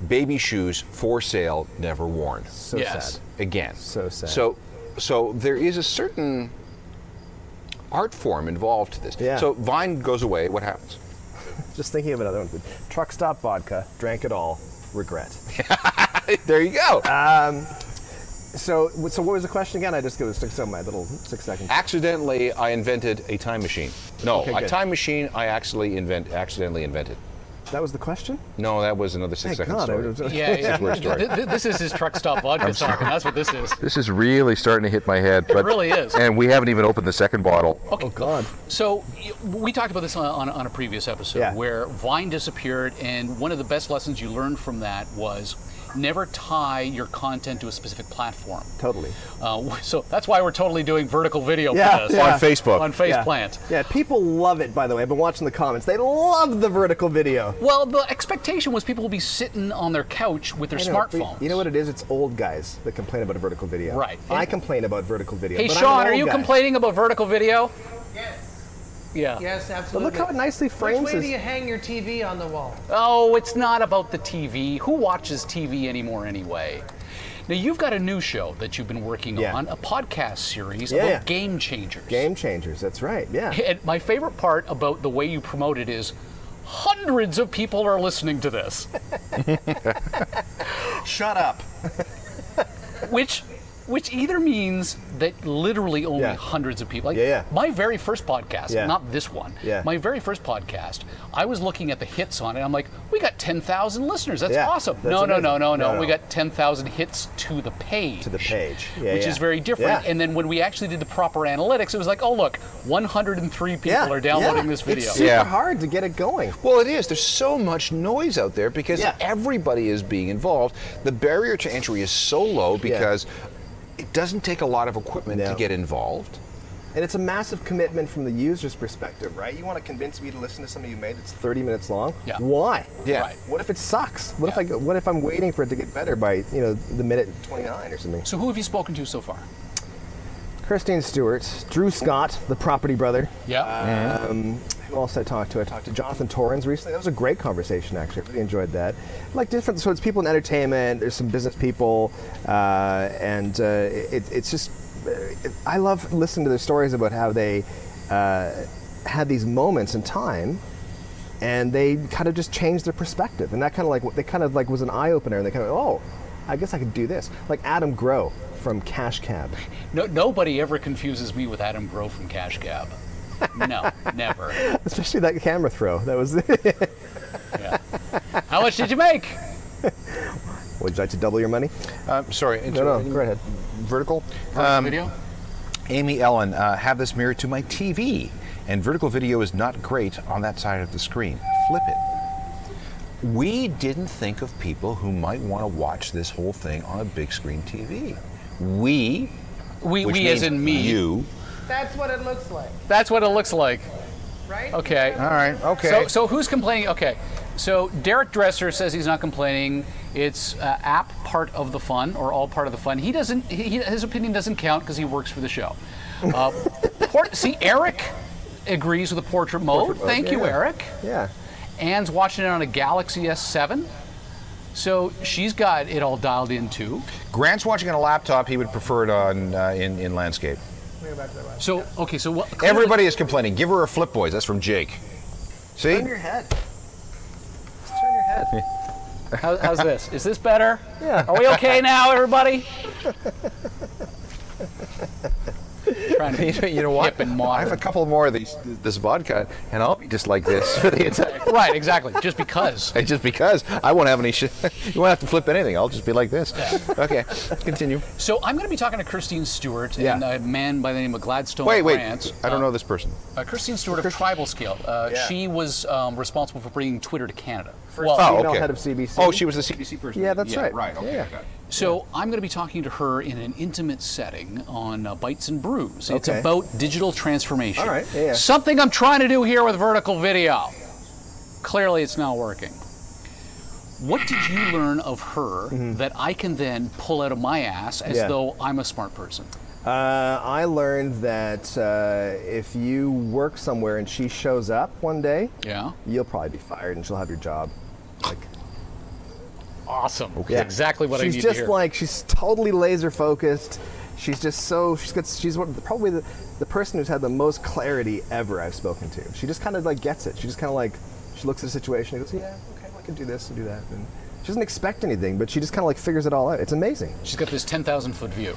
C: baby shoes for sale, never worn.
G: So
B: Yes.
G: sad.
C: Again.
G: So sad.
C: So so there is a certain art form involved to this.
G: Yeah.
C: So Vine goes away, what happens? [LAUGHS]
G: Just thinking of another one. Truck stop vodka, drank it all,
C: [LAUGHS]
G: regret.
C: there you go.
G: Ah. So, so what was the question again? I just go stuck on my little six
C: Ah.
G: seconds.
C: accidentally I invented a time machine. No,
G: Okay,
C: a
G: good.
C: time machine I actually invent accidentally invented.
G: That was the question.
C: No, that was another six
G: Thank
C: second
G: God, I
C: story.
G: was-
B: Yeah, yeah.
C: Six-word story.
B: Th- th- This is his truck stop vodka talking. That's what this is.
I: This is really starting to hit my head. But
B: really is.
I: And we haven't even opened the second bottle.
B: Okay. Oh God. So y- we talked about this on, on, on a previous episode
G: Yeah.
B: where Vine disappeared, and one of the best lessons you learned from that was never tie your content to a specific platform.
G: Totally.
B: Uh, [LAUGHS] so that's why we're totally doing vertical video
G: Yeah,
B: for this
G: yeah.
C: On Facebook.
B: on Faceplant.
G: Yeah, people love it. By the way, I've been watching the comments. They love the vertical video.
B: Well, the expectation was people will be sitting on their couch with their
G: I know,
B: smartphones.
G: You know what it is? It's old guys that complain about a vertical video.
B: Right.
G: I complain about vertical video.
B: Hey,
G: but I'm
B: Sean,
G: an
B: are
G: old
B: you
G: guy.
B: complaining about vertical video?
H: Yes.
B: Yeah.
H: Yes,
G: But
H: absolutely.
G: look how it nicely
H: Which
G: frames
H: way do you
G: this.
H: hang your TV on the wall?
B: Oh, it's not about the TV. Who watches TV anymore anyway? Now, you've got a new show that you've been working
G: Yeah.
B: on, a podcast series
G: Yeah,
B: about
G: yeah.
B: game changers.
G: Game changers. That's right. Yeah.
B: And my favorite part about the way you promote it is hundreds of people are listening to this,
G: Shut up.
B: which which either means that literally only
G: Yeah.
B: hundreds of people like
G: Yeah, yeah.
B: my very first podcast
G: Yeah.
B: not this one
G: Yeah.
B: my very first podcast i was looking at the hits on it i'm like we got 10,000 listeners that's
G: Yeah,
B: awesome
G: that's
B: no, no no
G: amazing.
B: no no
G: No, no.
B: we got 10,000 hits to the page
G: To the page. Yeah,
B: which
G: yeah.
B: is very different.
G: Yeah.
B: And then when we actually did the proper analytics, it was like, oh look, 103 people
G: yeah.
B: are downloading
G: yeah.
B: this video.
G: It's super
C: Yeah.
G: hard to get it going.
C: Well, it is. There's so much noise out there because
G: Yeah.
C: everybody is being involved. The barrier to entry is so low because it doesn't take a lot of equipment to
G: No.
C: get involved.
G: And it's a massive commitment from the user's perspective, right? You want to convince me to listen to something you made that's 30 minutes long?
B: Yeah.
G: Why?
C: Yeah. Right.
G: What if it sucks? What
B: Yeah.
G: if I go- what if I'm waiting for it to get better by, you know, the minute 29 or something?
B: So who have you spoken to so far?
G: Christine Stewart, Drew Scott, the property brother.
B: Yeah.
G: Um, who else I talked to? I talked to Jonathan Torrens recently. That was a great conversation, actually. I really enjoyed that. Like different, so it's people in entertainment. There's some business people, uh, and uh, it, it's just it, I love listening to their stories about how they uh, had these moments in time, and they kind of just changed their perspective, and that kind of like they kind of like was an eye opener, and they kind of oh, I guess I could do this. Like Adam Grow from Cash Cab.
B: No, nobody ever confuses me with Adam Grove from Cash Cab. No, [LAUGHS] never.
G: Especially that camera throw. That was. [LAUGHS]
B: Yeah. How much did you make?
G: Would you like to double your money?
C: Um, sorry.
G: No, no, go right ahead.
C: Vertical. Um,
B: Video?
C: Amy Ellen, uh, have this mirrored to my TV. And vertical video is not great on that side of the screen. Flip it. We didn't think of people who might want to watch this whole thing on a big screen TV. We,
B: We,
C: which
B: we as
C: means
B: in me.
C: you.
H: That's what it looks like,
B: That's what it looks like.
H: right?
B: Okay.
C: All right. Okay.
B: So, so who's complaining? Okay. So Derek Dresser says he's not complaining. It's uh, app part of the fun or all part of the fun. He doesn't. He, he- his opinion doesn't count because he works for the show. Uh, [LAUGHS] port, see, Eric agrees with the portrait mode.
G: Portrait mode,
B: Thank you,
G: yeah.
B: Eric.
G: Yeah.
B: Anne's watching it on a Galaxy S7. So she's got it all dialed in too.
C: Grant's watching on a laptop. He would prefer it on uh, in in landscape.
B: So okay, so what?
C: Everybody is complaining. Give her a flip, boys. That's from Jake. See?
G: Turn your head. Just turn your head.
B: How, how's this? Is this better?
G: Yeah.
B: Are we okay now, everybody? Trying
J: [LAUGHS]
B: to
J: You know, you know what?
B: Hip and modern.
J: I have a couple more of these this vodka, and I'll be just like this for the entire. [LAUGHS]
B: right, exactly. Just because.
J: And just because I won't have any, sh- [LAUGHS] you won't have to flip anything. I'll just be like this. Okay, continue.
B: So I'm going to be talking to Christine Stewart
J: Yeah.
B: and a man by the name of Gladstone
J: Wait, wait.
B: Grant.
J: I don't know this person.
B: Uh, Christine Stewart of Tribal Scale. Uh,
G: Yeah.
B: She was um, responsible for bringing Twitter to Canada.
G: Oh,
J: Oh,
G: female
J: okay.
G: head of CBC.
J: Oh, she was the CBC person.
G: Yeah, that's right.
C: Right. Okay.
G: Yeah.
C: I got it.
B: So I'm going to be talking to her in an intimate setting on uh, Bites and Brews. It's
G: Okay.
B: about digital transformation.
G: All right, yeah, yeah.
B: Something I'm trying to do here with vertical video. Clearly, it's not working. What did you learn of her that I can then pull out of my ass as
G: Mm-hmm. Yeah.
B: though I'm a smart person?
G: Uh, I learned that uh, if you work somewhere and she shows up one day,
B: Yeah.
G: you'll probably be fired and she'll have your job. Like,
B: Awesome.
G: yeah.
B: That's exactly what
G: she's
B: I need
G: just
B: to hear.
G: like she's totally laser focused. She's just so she's got she's one, probably the, the person who's had the most clarity ever I've spoken to. She just kind of like gets it. She just kind of like she looks at a situation and goes, yeah, okay, well, I can do this and do that. And she doesn't expect anything, but she just kind of like figures it all out. It's amazing.
B: She's got this 10,000 foot view.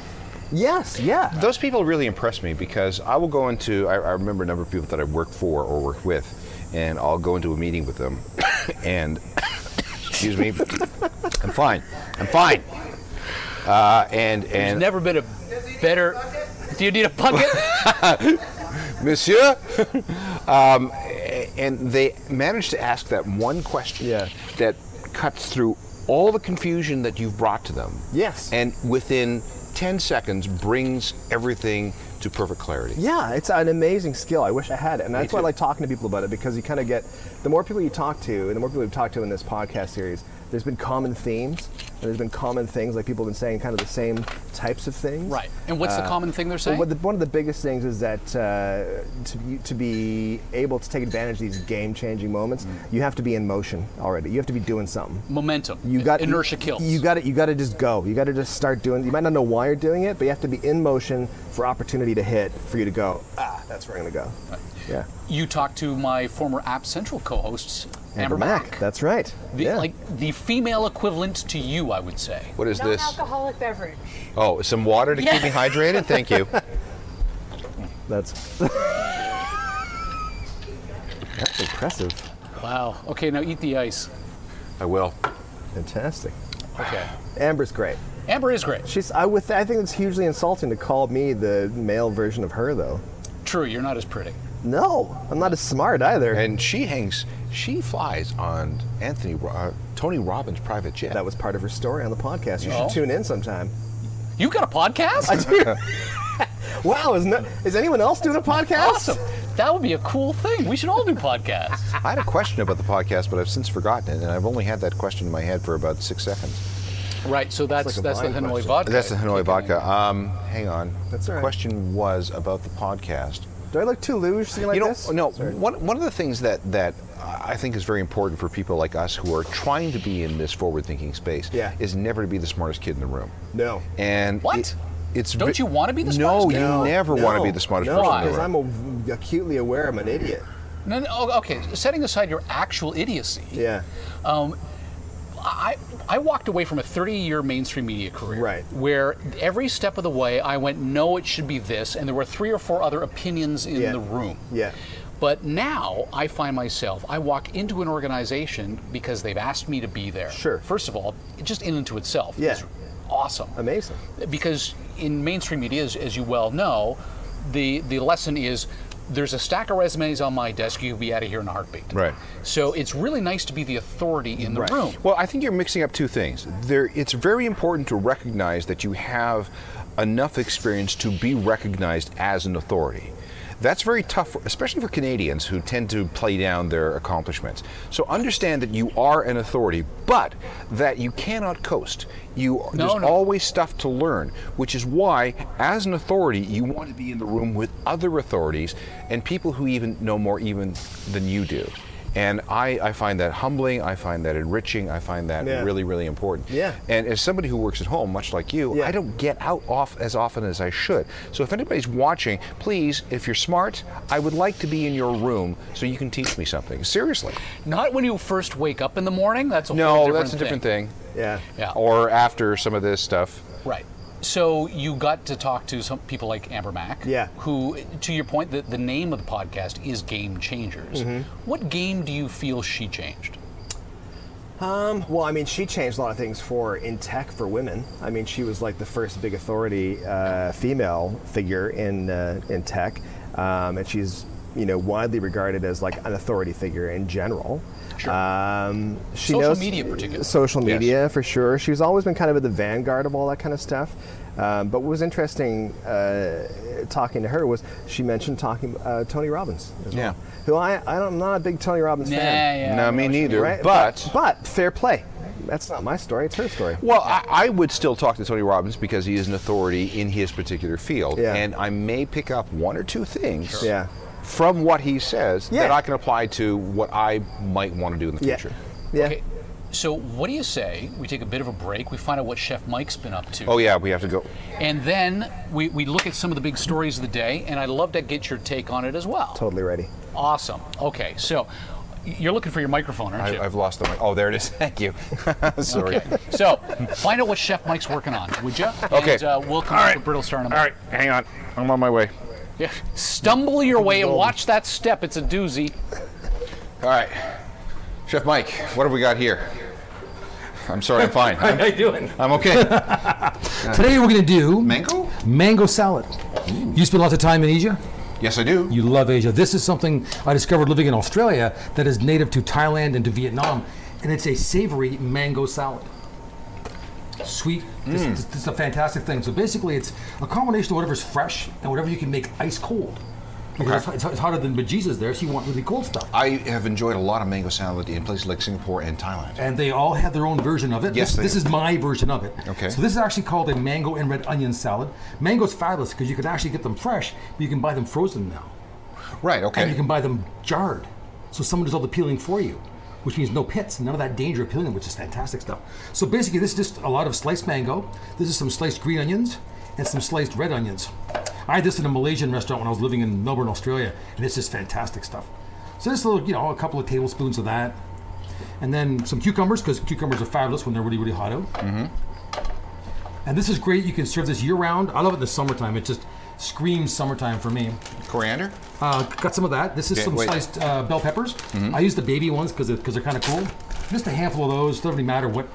G: Yes, yeah.
C: Those people really impress me because I will go into, I, I remember a number of people that I work for or work with, and I'll go into a meeting with them, [COUGHS] and, [COUGHS] excuse me, I'm fine, I'm fine. Uh, and,
B: There's
C: and,
B: never been a better. Do you need a
G: [LAUGHS]
B: bucket?
C: Monsieur, [LAUGHS] um, a- and they managed to ask that one question
G: Yeah.
C: that cuts through all the confusion that you've brought to them.
G: Yes.
C: And within 10 seconds brings everything to perfect clarity.
G: Yeah, it's an amazing skill. I wish I had it. And that's why I
C: too.
G: like talking to people about it because you kind of get the more people you talk to and the more people we've talked to in this podcast series, there's been common themes and there's been common things like people have been saying kind of the same types of things.
B: right. And what's the common thing they're
G: So
B: saying?
G: what the, one of the biggest things is that uh, to, be, to be able to take advantage of these game-changing moments,
B: Mm.
G: you have to be in motion already. You have to be doing something.
B: Momentum.
G: You got
B: inertia kills.
G: You got it. You got to just go. You got to just start doing. You might not know why you're doing it, but you have to be in motion for opportunity to hit for you to go. Ah, that's where I'm gonna go. Yeah,
B: you talked to my former App Central co-host Amber, Mack.
G: That's right.
B: the,
G: yeah.
B: Like the female equivalent to you, I would say.
C: What is this?
K: Non-alcoholic beverage.
C: Oh, some water to keep me hydrated? Thank
G: [LAUGHS]
C: you.
G: that's [LAUGHS] that's impressive.
B: Wow. Okay, now eat the ice.
C: I will.
G: Fantastic.
B: Okay.
G: Amber's great.
B: Amber is great.
G: She's. I would. I think it's hugely insulting to call me the male version of her, though.
B: True, you're not as pretty.
G: No, I'm not as smart either.
C: And she hangs, she flies on Anthony, Ro- uh, Tony Robbins' private jet.
G: that was
B: Oh.
G: part of her story on the podcast. You
B: No.
G: should tune in sometime.
B: You've got a podcast?
G: wow, is, no, is anyone else doing a podcast?
B: Awesome. That would be a cool thing. We should all do podcasts.
C: I had a question about the podcast, but I've since forgotten it, and I've only had that question in my head for about six seconds.
B: Right. So that's
G: like a
B: that's the
G: blind
B: Hanoi
G: question.
B: vodka.
C: That's the Hanoi vodka. Um, hang on.
G: That's all
C: The
G: right.
C: question was about the podcast.
G: Do I look too loose sitting like
C: you know,
G: this?
C: no.
G: Sorry.
C: One, one of the things that that I think is very important for people like us who are trying to be in this forward-thinking space
G: Yeah.
C: is never to be the smartest kid in the room.
G: No.
C: And
B: What?
C: it- it's
B: Don't
C: ve-
B: you wanna be the
C: no,
B: smartest kid?
C: you
B: No,
C: never want to be the smartest person in the
G: because
C: room.
G: I'm a- acutely aware I'm an idiot.
B: No, no, oh, okay. Setting aside your actual idiocy,
G: Yeah.
B: um, I I walked away from a 30-year mainstream media career,
G: Right.
B: Where every step of the way I went, no, it should be this, and there were three or four other opinions in
G: Yeah.
B: the room.
G: Yeah.
B: But now I find myself, I walk into an organization because they've asked me to be there.
G: Sure.
B: First of all, just in and to itself
G: Yeah.
B: is awesome.
G: Amazing.
B: Because in mainstream media, as, as you well know, the, the lesson is there's a stack of resumes on my desk, you'll be out of here in a heartbeat.
C: Right.
B: So it's really nice to be the authority in the
G: Right.
B: room.
C: Well, I think you're mixing up two things. There, it's very important to recognize that you have enough experience to be recognized as an authority. That's very tough, especially for Canadians who tend to play down their accomplishments. So understand that you are an authority, but that you cannot coast. You there's
B: no.
C: always stuff to learn, which is why, as an authority, you want to be in the room with other authorities and people who even know more even than you do. And I, I find that humbling. I find that enriching. I find that
G: Yeah.
C: really, really important.
G: Yeah.
C: And as somebody who works at home, much like you,
G: Yeah.
C: I don't get out off as often as I should. So if anybody's watching, please, if you're smart, I would like to be in your room so you can teach me something. Seriously.
B: Not when you first wake up in the morning. That's a whole
C: No,
B: different
C: that's a different thing.
G: Yeah.
B: Yeah.
C: Or after some of this stuff.
B: Right. So you got to talk to some people like Amber Mack,
G: Yeah.
B: who, to your point, the, the name of the podcast is Game Changers.
C: Mm-hmm.
B: What game do you feel she changed?
G: Um, well, I mean, she changed a lot of things for in tech for women. I mean, she was like the first big authority uh, female figure in uh, in tech, um, and she's you know widely regarded as like an authority figure in general.
B: Sure.
G: Um, she
B: Social
G: knows
B: media in particular.
G: Social media for sure. She's always been kind of at the vanguard of all that kind of stuff. Um, but what was interesting uh, talking to her was she mentioned talking uh, Tony Robbins as
C: Yeah.
G: well. Who I, I don't, I'm not a big Tony Robbins fan.
C: no, me neither.
G: Right?
C: But,
G: but fair play. That's not my story. It's her story.
C: Well, I, I would still talk to Tony Robbins because he is an authority in his particular field,
G: Yeah.
C: and I may pick up one or two things
G: Yeah.
C: from what he says that
G: Yeah.
C: I can apply to what I might want to do in the
G: Yeah.
C: future.
G: Yeah.
B: Okay. So what do you say? We take a bit of a break. We find out what Chef Mike's been up to.
C: Oh yeah, we have to go.
B: And then we, we look at some of the big stories of the day, and I'd love to get your take on it as well.
G: Totally ready.
B: Awesome. Okay. So you're looking for your microphone, aren't
C: I,
B: you?
C: I've lost the mic. Oh, there it is. [LAUGHS] Thank you. Sorry.
B: Okay. so find out what Chef Mike's working on, would you?
C: Okay.
B: And, uh, we'll come
C: All
B: back
C: right.
B: to Brittle Star in a
C: All
B: moment.
C: right, hang on. I'm on my way.
B: Yeah. Stumble your way and watch that step. It's a doozy.
C: All right, Chef Mike, what have we got here? I'm sorry, I'm fine. [LAUGHS] I'm,
L: How you doing?
C: I'm okay.
D: Today we're going to do
C: Mango?
D: mango salad.
C: Mm.
D: You spend lots of time in Asia.
C: Yes, I do.
D: You love Asia. This is something I discovered living in Australia that is native to Thailand and to Vietnam, and it's a savory mango salad. Sweet.
C: Mm.
D: This, this- this is a fantastic thing. So basically, it's a combination of whatever's fresh and whatever you can make ice cold. Because it's, it's hotter than bejesus there, so you want really cold stuff.
C: I have enjoyed a lot of mango salad in places like Singapore and Thailand.
D: and they all have their own version of it.
C: Yes, they
D: this, this
C: do.
D: is my version of it.
C: Okay.
D: So this is actually called a mango and red onion salad. Mango's fabulous because you can actually get them fresh, but you can buy them frozen now,
C: Right. Okay.
D: and you can buy them jarred. So someone does all the peeling for you, which means no pits, none of that danger of peeling them, which is fantastic stuff. So basically, this is just a lot of sliced mango. This is some sliced green onions and some sliced red onions. I had this in a Malaysian restaurant when I was living in Melbourne, Australia, and it's just fantastic stuff. So just a little, you know, a couple of tablespoons of that, and then some cucumbers because cucumbers are fabulous when they're really really hot out. And this is great. You can serve this year round. I love it in the summertime. It just screams summertime for me.
C: Coriander?
D: Uh, got some of that. This is
C: Okay,
D: some
C: wait. Mm-hmm.
D: sliced uh, bell peppers. I use the baby ones because because they're kind of cool. Just a handful of those. Doesn't really matter what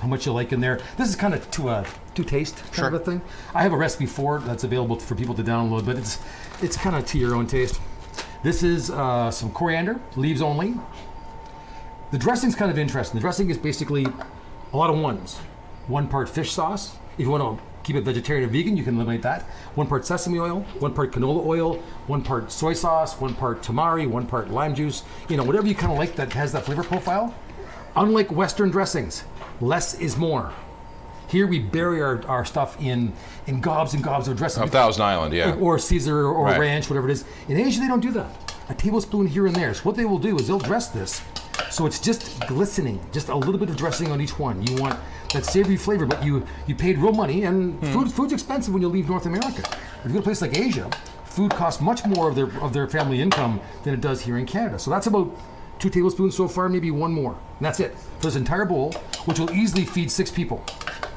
D: how much you like in there. This is kind of to uh, to taste kind
C: Sure.
D: of a thing. I have a recipe for it that's available for people to download, but it's it's kind of to your own taste. This is uh, some coriander, leaves only. The dressing's kind of interesting. The dressing is basically a lot of ones. One part fish sauce. If you want to keep it vegetarian or vegan, you can eliminate that. One part sesame oil, one part canola oil, one part soy sauce, one part tamari, one part lime juice. You know, whatever you kind of like that has that flavor profile. Unlike Western dressings, less is more. Here we bury our, our stuff in in gobs and gobs of dressing.
C: A Thousand Island, yeah.
D: Or Caesar or
C: Right.
D: ranch, whatever it is. In Asia, they don't do that. A tablespoon here and there. So what they will do is they'll dress this, so it's just glistening, just a little bit of dressing on each one. You want that savory flavor, but you you paid real money, and
C: Hmm.
D: food food's expensive when you leave North America. If you go to a place like Asia, food costs much more of their of their family income than it does here in Canada. So that's about two tablespoons so far, maybe one more, and that's it for this entire bowl, which will easily feed six people,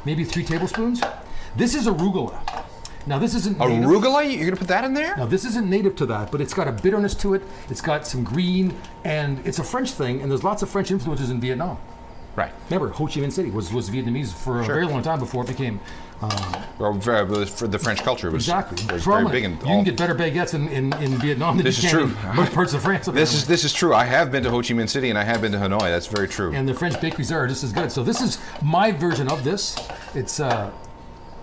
D: maybe three tablespoons. This is arugula. Now this isn't native-
C: Arugula? You're gonna put that in there?
D: now, this isn't native to that, but it's got a bitterness to it. It's got some green, and it's a French thing, and there's lots of French influences in Vietnam.
C: Right.
D: Remember, Ho Chi Minh City was, was Vietnamese for a very long time before it became. Uh,
C: Or ver- for the French culture was,
D: exactly.
C: was very
D: Prominent.
C: big and
D: you
C: all-
D: can get better baguettes in, in, in Vietnam than
C: This
D: you
C: is
D: can
C: true.
D: in most parts of
C: This
D: France. apparently.
C: is this is true. I have been to Ho Chi Minh City and I have been to Hanoi. That's very true.
D: and the French bakeries are just as good. So this is my version of this. It's uh,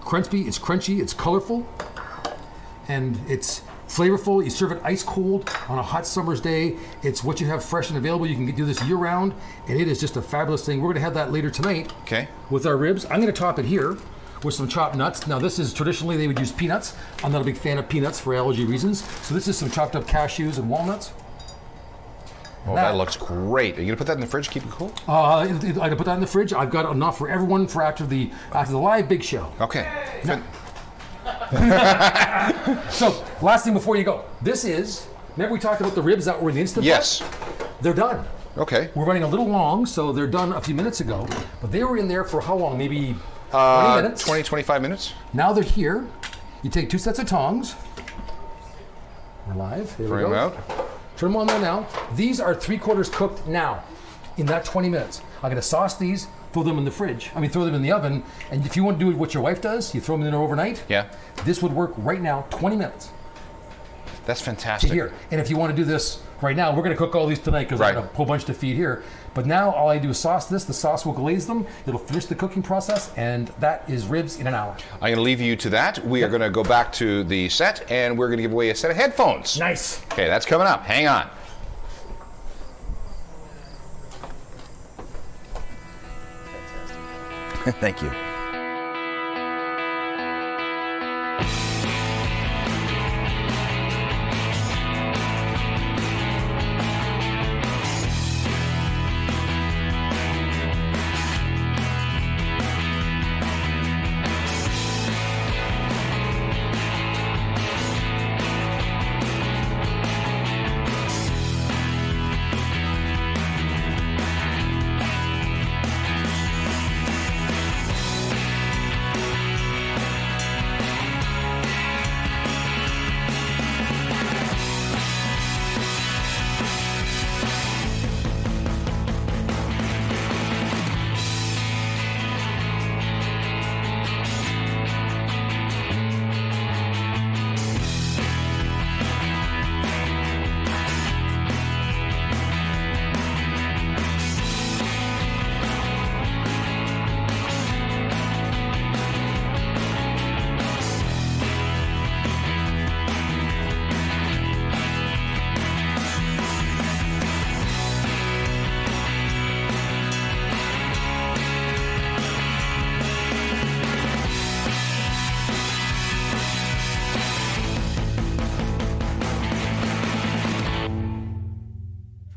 D: crunchy, it's crunchy, it's colorful, and it's flavorful. You serve it ice cold on a hot summer's day. It's what you have fresh and available. You can do this year round, and it is just a fabulous thing. We're gonna have that later tonight.
C: Okay.
D: With our ribs, I'm gonna top it here. With some chopped nuts. Now, this is traditionally they would use peanuts. I'm not a big fan of peanuts for allergy reasons. So, this is some chopped up cashews and walnuts.
C: oh, that looks great. Are you gonna put that in the fridge? Keep it cool.
D: Uh, it- it- I can put that in the fridge. I've got enough for everyone for after the after the live big show.
C: Okay. Fin-
D: So last thing before you go, this is. Remember we talked about the ribs that were in the instant. pot?
C: Yes.
D: They're done.
C: Okay.
D: We're running a little long, so they're done a few minutes ago. But they were in there for how long? Maybe 20
C: Uh,
D: minutes.
C: 20, 25 minutes.
D: Now they're here. You take two sets of tongs. We're live. Here we
C: Bring
D: go.
C: them out.
D: Turn them on there now. These are three quarters cooked now, in that 20 minutes. I'm gonna sauce these, throw them in the fridge. I mean, throw them in the oven. And if you want to do what your wife does, you throw them in there overnight.
C: Yeah.
D: This would work right now, 20 minutes
C: That's
D: to
C: fantastic.
D: here. And if you want to do this right now, we're gonna cook all these tonight because
C: Right.
D: I got a whole bunch to feed here. But now all I do is sauce this. The sauce will glaze them. It'll finish the cooking process, and that is ribs in an hour.
C: I'm going to leave you to that. We are going to go back to the set and we're going to give away a set of headphones.
D: Nice.
C: Okay, that's coming up. Hang on.
L: Thank you.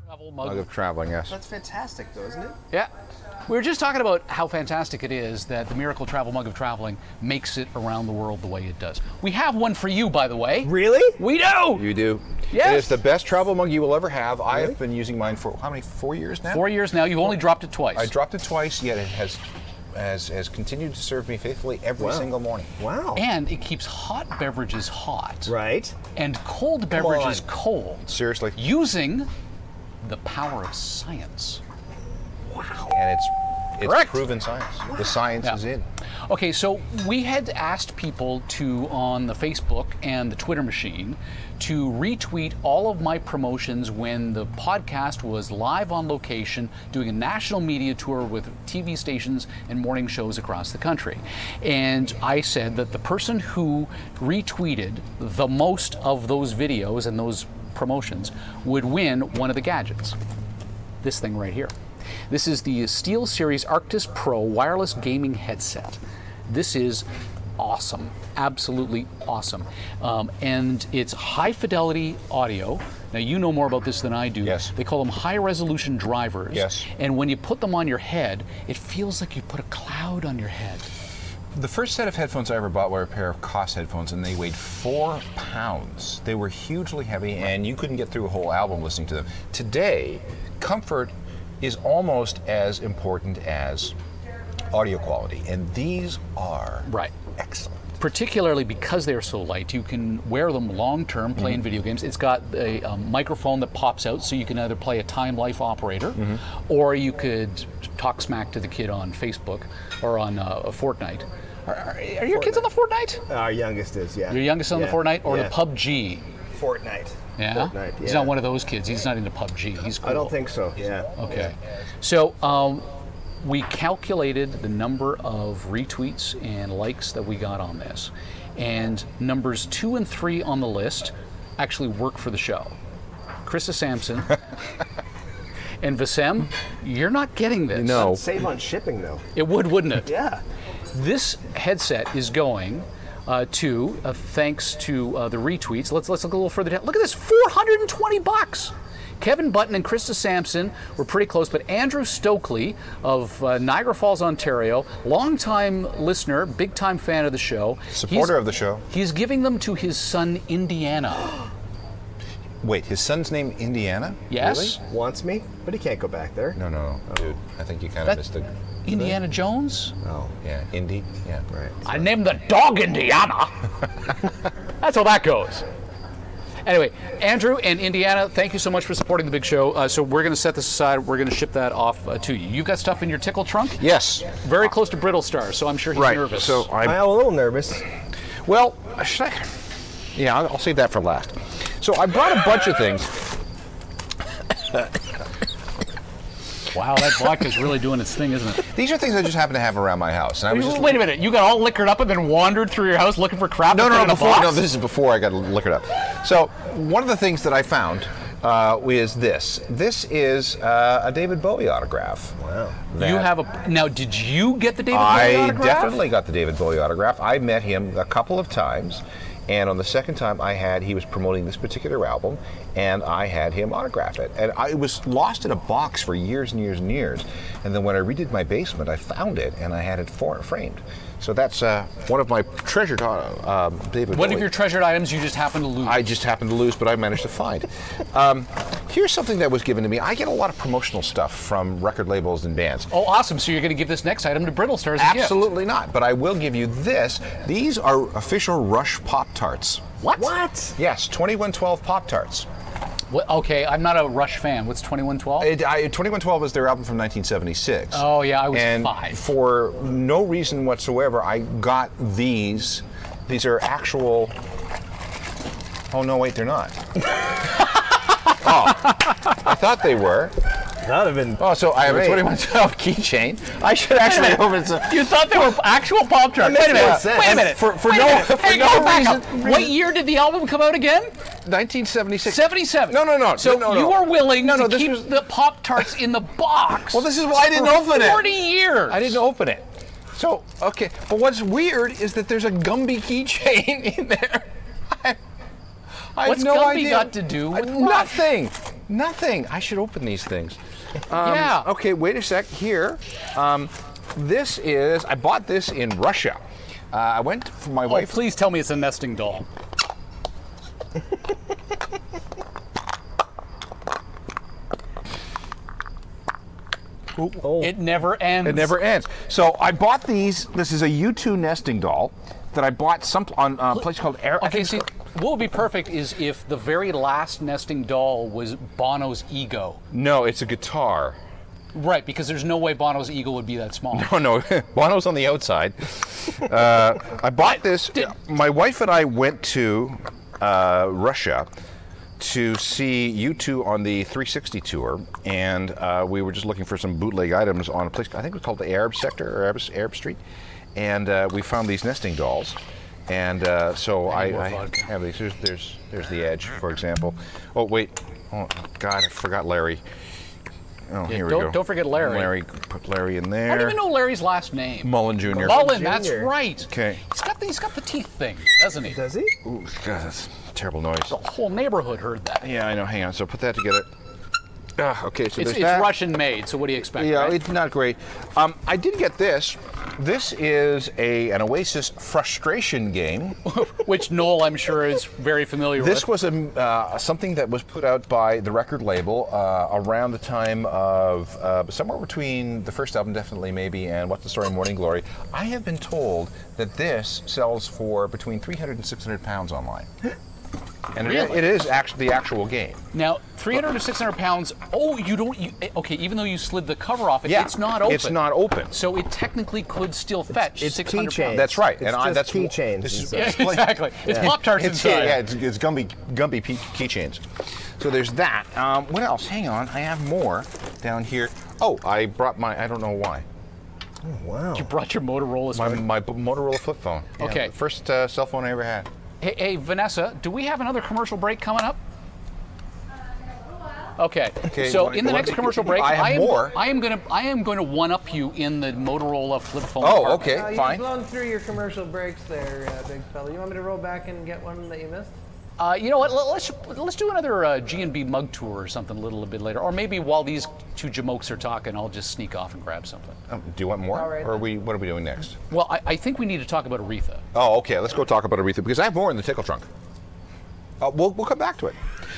B: Travel
C: I'll
B: mug.
C: go traveling, yes.
G: That's fantastic, though, isn't it?
B: Yeah. We were just talking about how fantastic it is that the Miracle Travel Mug of Traveling makes it around the world the way it does. We have one for you, by the way.
G: Really?
B: We do!
C: You do.
B: Yes.
C: It is the best travel mug you will ever have. I have been using mine for how many? Four years now.
B: Four years now, you've only dropped it twice.
C: I dropped it twice, yet it has has, has continued to serve me faithfully every single morning.
G: Wow.
B: and it keeps hot beverages hot
G: right.
B: and cold beverages
C: on.
B: cold.
C: Seriously.
B: Using the power of science.
C: And it's
B: Correct.
C: It's proven science. The science
B: Yeah.
C: is in.
B: Okay, so we had asked people to on the Facebook and the Twitter machine to retweet all of my promotions when the podcast was live on location doing a national media tour with TV stations and morning shows across the country. And I said that the person who retweeted the most of those videos and those promotions would win one of the gadgets this thing right here. This is the Steel Series Arctis Pro wireless gaming headset. This is awesome, absolutely awesome. Um, and it's high fidelity audio. Now, you know more about this than I do.
C: Yes.
B: They call them high resolution drivers.
C: Yes.
B: And when you put them on your head, it feels like you put a cloud on your head.
C: The first set of headphones I ever bought were a pair of Koss headphones, and they weighed four pounds. They were hugely heavy, and you couldn't get through a whole album listening to them. Today, comfort is almost as important as audio quality, and these are
B: Right.
C: excellent.
B: particularly because they're so light, you can wear them long term playing video games. It's got a, um, microphone that pops out, so you can either play a time life operator, or you could talk smack to the kid on Facebook or on uh, Fortnite. Are, are, are your kids on the Fortnite?
G: Our youngest is, yeah.
B: Your youngest on
G: Yeah,
B: the Fortnite or
G: yeah.
B: the PUBG?
G: Fortnite.
B: Yeah?
G: Fortnite,
B: he's
G: yeah.
B: not one of those kids. He's not into PUBG. He's cool.
G: I don't think so. Yeah.
B: Okay. So um, we calculated the number of retweets and likes that we got on this. And numbers two and three on the list actually work for the show. Krista Sampson and Vasem, you're not getting this.
C: No.
G: Save on shipping though.
B: It would, wouldn't it?
G: Yeah.
B: This headset is going uh, to, uh, thanks to uh, the retweets. Let's let's look a little further down. Look at this, 420 bucks. Kevin Button and Krista Sampson were pretty close, but Andrew Stokely of uh, Niagara Falls, Ontario, longtime listener, big time fan of the show,
C: Supporter of the show.
B: He's giving them to his son
C: [GASPS]
B: Indiana.
C: Wait, his son's name Indiana?
B: Yes,
G: Wants me, but he can't go back there.
C: No, no, no. dude. I think you kind of
B: That-
C: missed the.
B: Indiana Jones.
C: Oh, yeah, Indy. Yeah, right.
B: I named the dog
C: [LAUGHS]
B: Indiana. That's how that goes. Anyway, Andrew and Indiana, thank you so much for supporting the big show. Uh, so we're going to set this aside. We're going to ship that off uh, to you. You've got stuff in your tickle trunk.
C: Yes.
B: Very close to Brittle Star, so I'm sure he's
C: Right.
B: nervous.
C: So I'm
G: I'm a little nervous.
C: Well, should I? Yeah, I'll, I'll save that for last. So I brought a bunch of things.
B: wow, that vodka's really doing its thing, isn't it?
C: These are things I just happen to have around my house, and I was just
B: Wait a minute, you got all liquored up and then wandered through your house looking for crap?
C: no,
B: to put
C: no,
B: in a
C: no, before,
B: box?
C: no. This is before I got liquored up. So one of the things that I found uh, is this. This is uh, a David Bowie autograph. Wow.
B: you have a now. Did you get the David Bowie
C: I
B: autograph?
C: definitely got the David Bowie autograph. I met him a couple of times, and on the second time I had, he was promoting this particular album, and I had him autograph it. And I it was lost in a box for years and years and years. And then when I redid my basement, I found it and I had it for, framed. So that's uh, one of my treasured auto, um, David
B: One
C: Bowie.
B: of your treasured items you just happened to lose.
C: I just happened to lose, but I managed to find. Um, here's something that was given to me. I get a lot of promotional stuff from record labels and bands.
B: oh, awesome! So you're going to give this next item to Brittle Star as a gift.
C: Absolutely not. But I will give you this. These are official Rush Pop Tarts.
B: What?
G: What?
C: Yes, 2112 Pop Tarts.
B: What, okay, I'm not a Rush fan. What's 2112?
C: It- I- 2112 is their album from 1976.
B: Oh, yeah, I was
C: and
B: five.
C: For no reason whatsoever, I got these. These are actual. Oh no! Wait,
B: [LAUGHS]
C: they're not. oh, I thought they were.
G: That would have been.
C: Oh, so I have a
G: Great.
C: 2112 keychain. I
B: [LAUGHS]
C: should actually open some.
B: You thought they were actual Pop Tarts?
C: Wait a minute, wait a minute,
B: For, for
C: wait a
B: no,
C: minute.
B: for
C: Hey,
B: no
C: go back
B: reason,
C: up.
B: What year did the album come out again?
C: 1976.
B: 77.
C: No, no, no.
B: So
C: no, no,
B: you
C: no.
B: were willing
C: No, no,
B: to
C: this
B: keep
C: was-
B: the Pop Tarts in the box.
C: Well, this is why I didn't
B: for
C: open it.
B: 40 years.
C: I didn't open it. So okay, but what's weird is that there's a Gumby keychain [LAUGHS] in there. I, I
B: What's
C: have no
B: Gumby
C: idea.
B: got to do
C: I-
B: with Rush?
C: nothing? Nothing. I should open these things.
B: yeah.
C: Um, Okay, wait a sec. Here, um, this is. I bought this in Russia. Uh, I went for my
B: Oh,
C: wife.
B: please tell me it's a nesting
C: [LAUGHS]
B: doll. It never ends.
C: It never ends. So I bought these. This is a U2 nesting doll that I bought some on uh, a place called Air. I
B: Okay,
C: think it's
B: see,
C: called-
B: what would be perfect is if the very last nesting doll was Bono's ego.
C: No, it's a guitar.
B: Right, because there's no way Bono's eagle would be that small.
C: [LAUGHS] Oh no, Bono's on the outside. Uh, I bought this. my wife and I went to uh, Russia to see you two on the 360 tour, and uh, we were just looking for some bootleg items on a place I think it was called the Arab Sector or Arab, Arab Street, and uh, we found these nesting dolls. And uh, so I, I have these. There's, there's there's the edge, for example. Oh wait, oh God, I forgot Larry. Oh, here we
B: don't-
C: go.
B: don't forget Larry.
C: Larry, put Larry in there.
B: I don't even know Larry's last name.
C: Mullen Jr.
B: Mullen, that's
G: Jr..
B: right.
C: Okay.
B: He's got the, he's got the teeth thing, doesn't he?
G: Does he?
C: Ooh, God, that's a terrible noise.
B: The whole neighborhood heard that.
C: Yeah, I know. Hang on. So put that together. Ah, okay, so
B: It's,
C: there's
B: it's
C: that.
B: Russian made, so what do you expect?
C: Yeah,
B: right?
C: it's not great. Um, I did get this. This is a an Oasis frustration game. [LAUGHS]
B: Which Noel, I'm sure, is very familiar
C: This
B: with.
C: was a, uh, something that was put out by the record label uh, around the time of uh, somewhere between the first album, definitely maybe, and What's the Story, Morning Glory. I have been told that this sells for between 300 and 600
B: [GASPS]
C: pounds online. And it-
B: Really?
C: it is actually the actual game.
B: Now, 300 to 600 pounds. Oh, you don't. You, okay, even though you slid the cover off it,
C: Yeah,
B: it's not open.
C: it's not open.
B: So it technically could still fetch
G: it's
B: 600
G: keychain.
B: pounds.
C: That's right.
G: It's just
C: that's
G: keychains
C: this is-
G: inside.
B: yeah,
C: [LAUGHS] explain-
B: exactly. It's Pop Tarts
C: It's,
B: inside.
C: yeah, yeah, it's, it's Gumby Gumby pe- keychains. So there's that. Um, what else? Hang on, I have more down here. Oh, I brought my. I don't know why.
G: Wow.
B: You brought your Motorola.
C: Oh. My, my b- Motorola flip phone. Yeah,
B: Okay.
C: the first uh, cell phone I ever had.
B: Hey, hey, Vanessa, do we have another commercial break coming up? Okay.
C: Okay,
B: So
C: wanna-
B: in the
C: wanna-
B: next commercial break,
C: I have
B: am,
C: more.
B: I am gonna I am gonna one up you in the Motorola flip phone.
C: Oh,
B: department.
C: okay,
H: Uh, you've
C: fine.
H: blown through your commercial breaks there, uh, big fella. You want me to roll back and get one that you missed?
B: Uh, you know what? let- Let's let's do another uh, G and B mug tour or something a little bit later, or maybe while these two jamokes are talking, I'll just sneak off and grab something.
C: Um, do you want more,
H: All right.
C: or are we? What are we doing next?
B: Well, I, I think we need to talk about Aretha.
C: Oh, okay. Let's go talk about Aretha because I have more in the tickle trunk. Uh, we'll, we'll come back to it.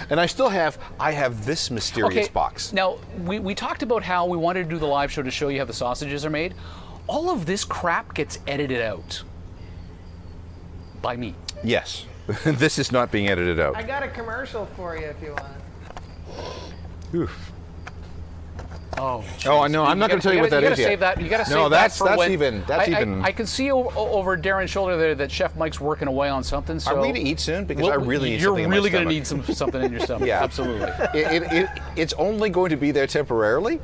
C: And I still have. I have this mysterious box.
B: Now we, we talked about how we wanted to do the live show to show you how the sausages are made. All of this crap gets edited out by me.
C: Yes. [LAUGHS] this is not being edited out.
H: I got a commercial for you if you want.
C: Oof.
B: Oh.
C: Oh, I know. I'm not going to tell you, what
B: gotta-
C: that is
B: You
C: yet.
B: gotta save that. You gotta save
C: no,
B: that
C: that's
B: for
C: that's
B: when-
C: even that's
B: I, I-
C: even.
B: I, can see o- o- over Darren's shoulder there that Chef Mike's working away on something. So
C: Are we to eat soon? Because I really need
B: You're
C: something in my
B: really gonna
C: stomach.
B: need some something in your stomach.
C: [LAUGHS] Yeah.
B: absolutely.
C: it, it, it, it's only going to be
B: [LAUGHS]
C: there temporarily.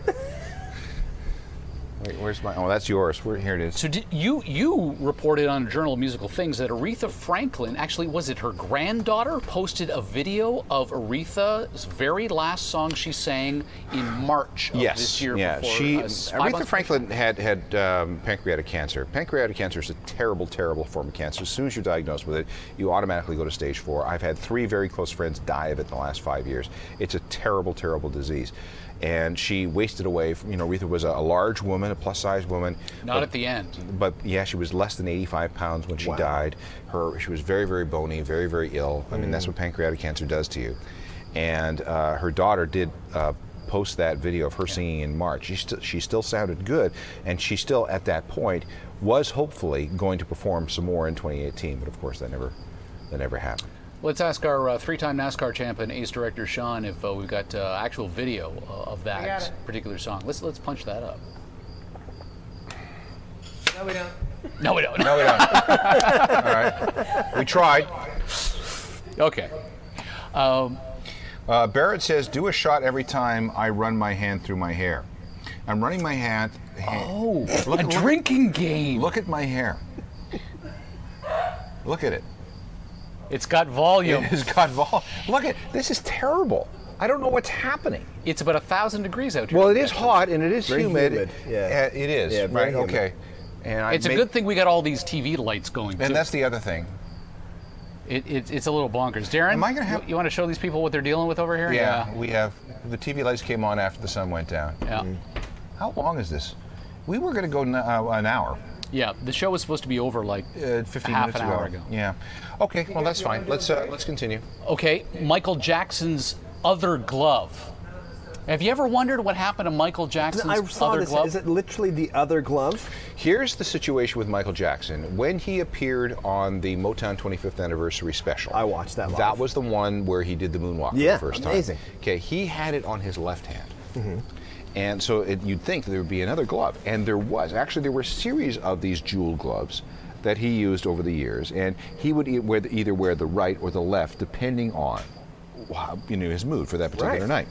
C: Wait, where's my? Oh, that's yours. Where, here it is.
B: So did, you you reported on Journal of Musical Things that Aretha Franklin actually was it her granddaughter posted a video of Aretha's very last song she sang in March of
C: yes.
B: this year.
C: yeah.
B: before,
C: she
B: uh, s- five
C: Aretha
B: months-
C: Franklin had had um, pancreatic cancer. Pancreatic cancer is a terrible, terrible form of cancer. As soon as you're diagnosed with it, you automatically go to stage four. I've had three very close friends die of it in the last five years. It's a terrible, terrible disease. And she wasted away. From, you know, Aretha was a, a large woman, a plus-sized woman.
B: Not
C: but-
B: at the end.
C: But yeah, she was less than 85 pounds when she died. Her she was very very bony, very very ill. I mean that's what pancreatic cancer does to you. And uh, her daughter did uh, post that video of her singing in March. She still she still sounded good, and she still at that point was hopefully going to perform some more in 2018. But of course that never that never happened.
B: Let's ask our uh, three-time NASCAR champ and ace director Sean if uh, we've got uh, actual video uh, of
H: got
B: that
H: it.
B: particular song. Let's let's punch that up.
H: No, we don't.
B: No, we don't. [LAUGHS]
C: No, we don't. [LAUGHS] All right, we tried.
B: okay. Um,
C: Uh, Barrett says, "Do a shot every time I run my hand through my hair." I'm running my hand. hand
B: oh,
C: Look-
B: a
C: look-
B: drinking game.
C: Look at my hair. Look at it.
B: It's got volume.
C: It has got vol. Look at this is terrible. I don't know what's happening.
B: It's about a thousand degrees out here.
C: Well, it is hot and it is
G: Very
C: humid.
G: humid, yeah.
C: Uh, It is.
G: Yeah, very
C: right.
G: humid.
C: Okay. And I
B: It's a
C: may-
B: good thing we got all these TV lights going. too.
C: And that's the other thing.
B: It, it, it's a little bonkers. Darren,
C: Am I gonna have-
B: you, want to show these people what they're dealing with over here?
C: Yeah, we have the TV lights came on after the sun went down.
B: Yeah.
C: Mm-hmm. How long is this? We were going to go n- uh, an hour.
B: Yeah, The show was supposed to be over like
C: Uh, 15
B: half
C: minutes
B: an
C: ago.
B: hour ago.
C: Yeah. Okay. Well, that's fine. Let's uh, let's continue.
B: Okay, Michael Jackson's other glove. Have you ever wondered what happened to Michael Jackson's
G: I saw
B: other
G: this.
B: glove?
G: Is it literally the other glove?
C: Here's the situation with Michael Jackson. When he appeared on the Motown 25th anniversary special,
G: I watched that live.
C: That was the one where he did the moonwalk for
G: Yeah,
C: the first
G: amazing. Mm-hmm.
C: time. Okay, he had it on his left hand. And so it, you'd think there would be another glove, and there was. Actually, there were a series of these jewel gloves that he used over the years, and he would e- wear the, either wear the right or the left, depending on wh- you know his mood for that particular night.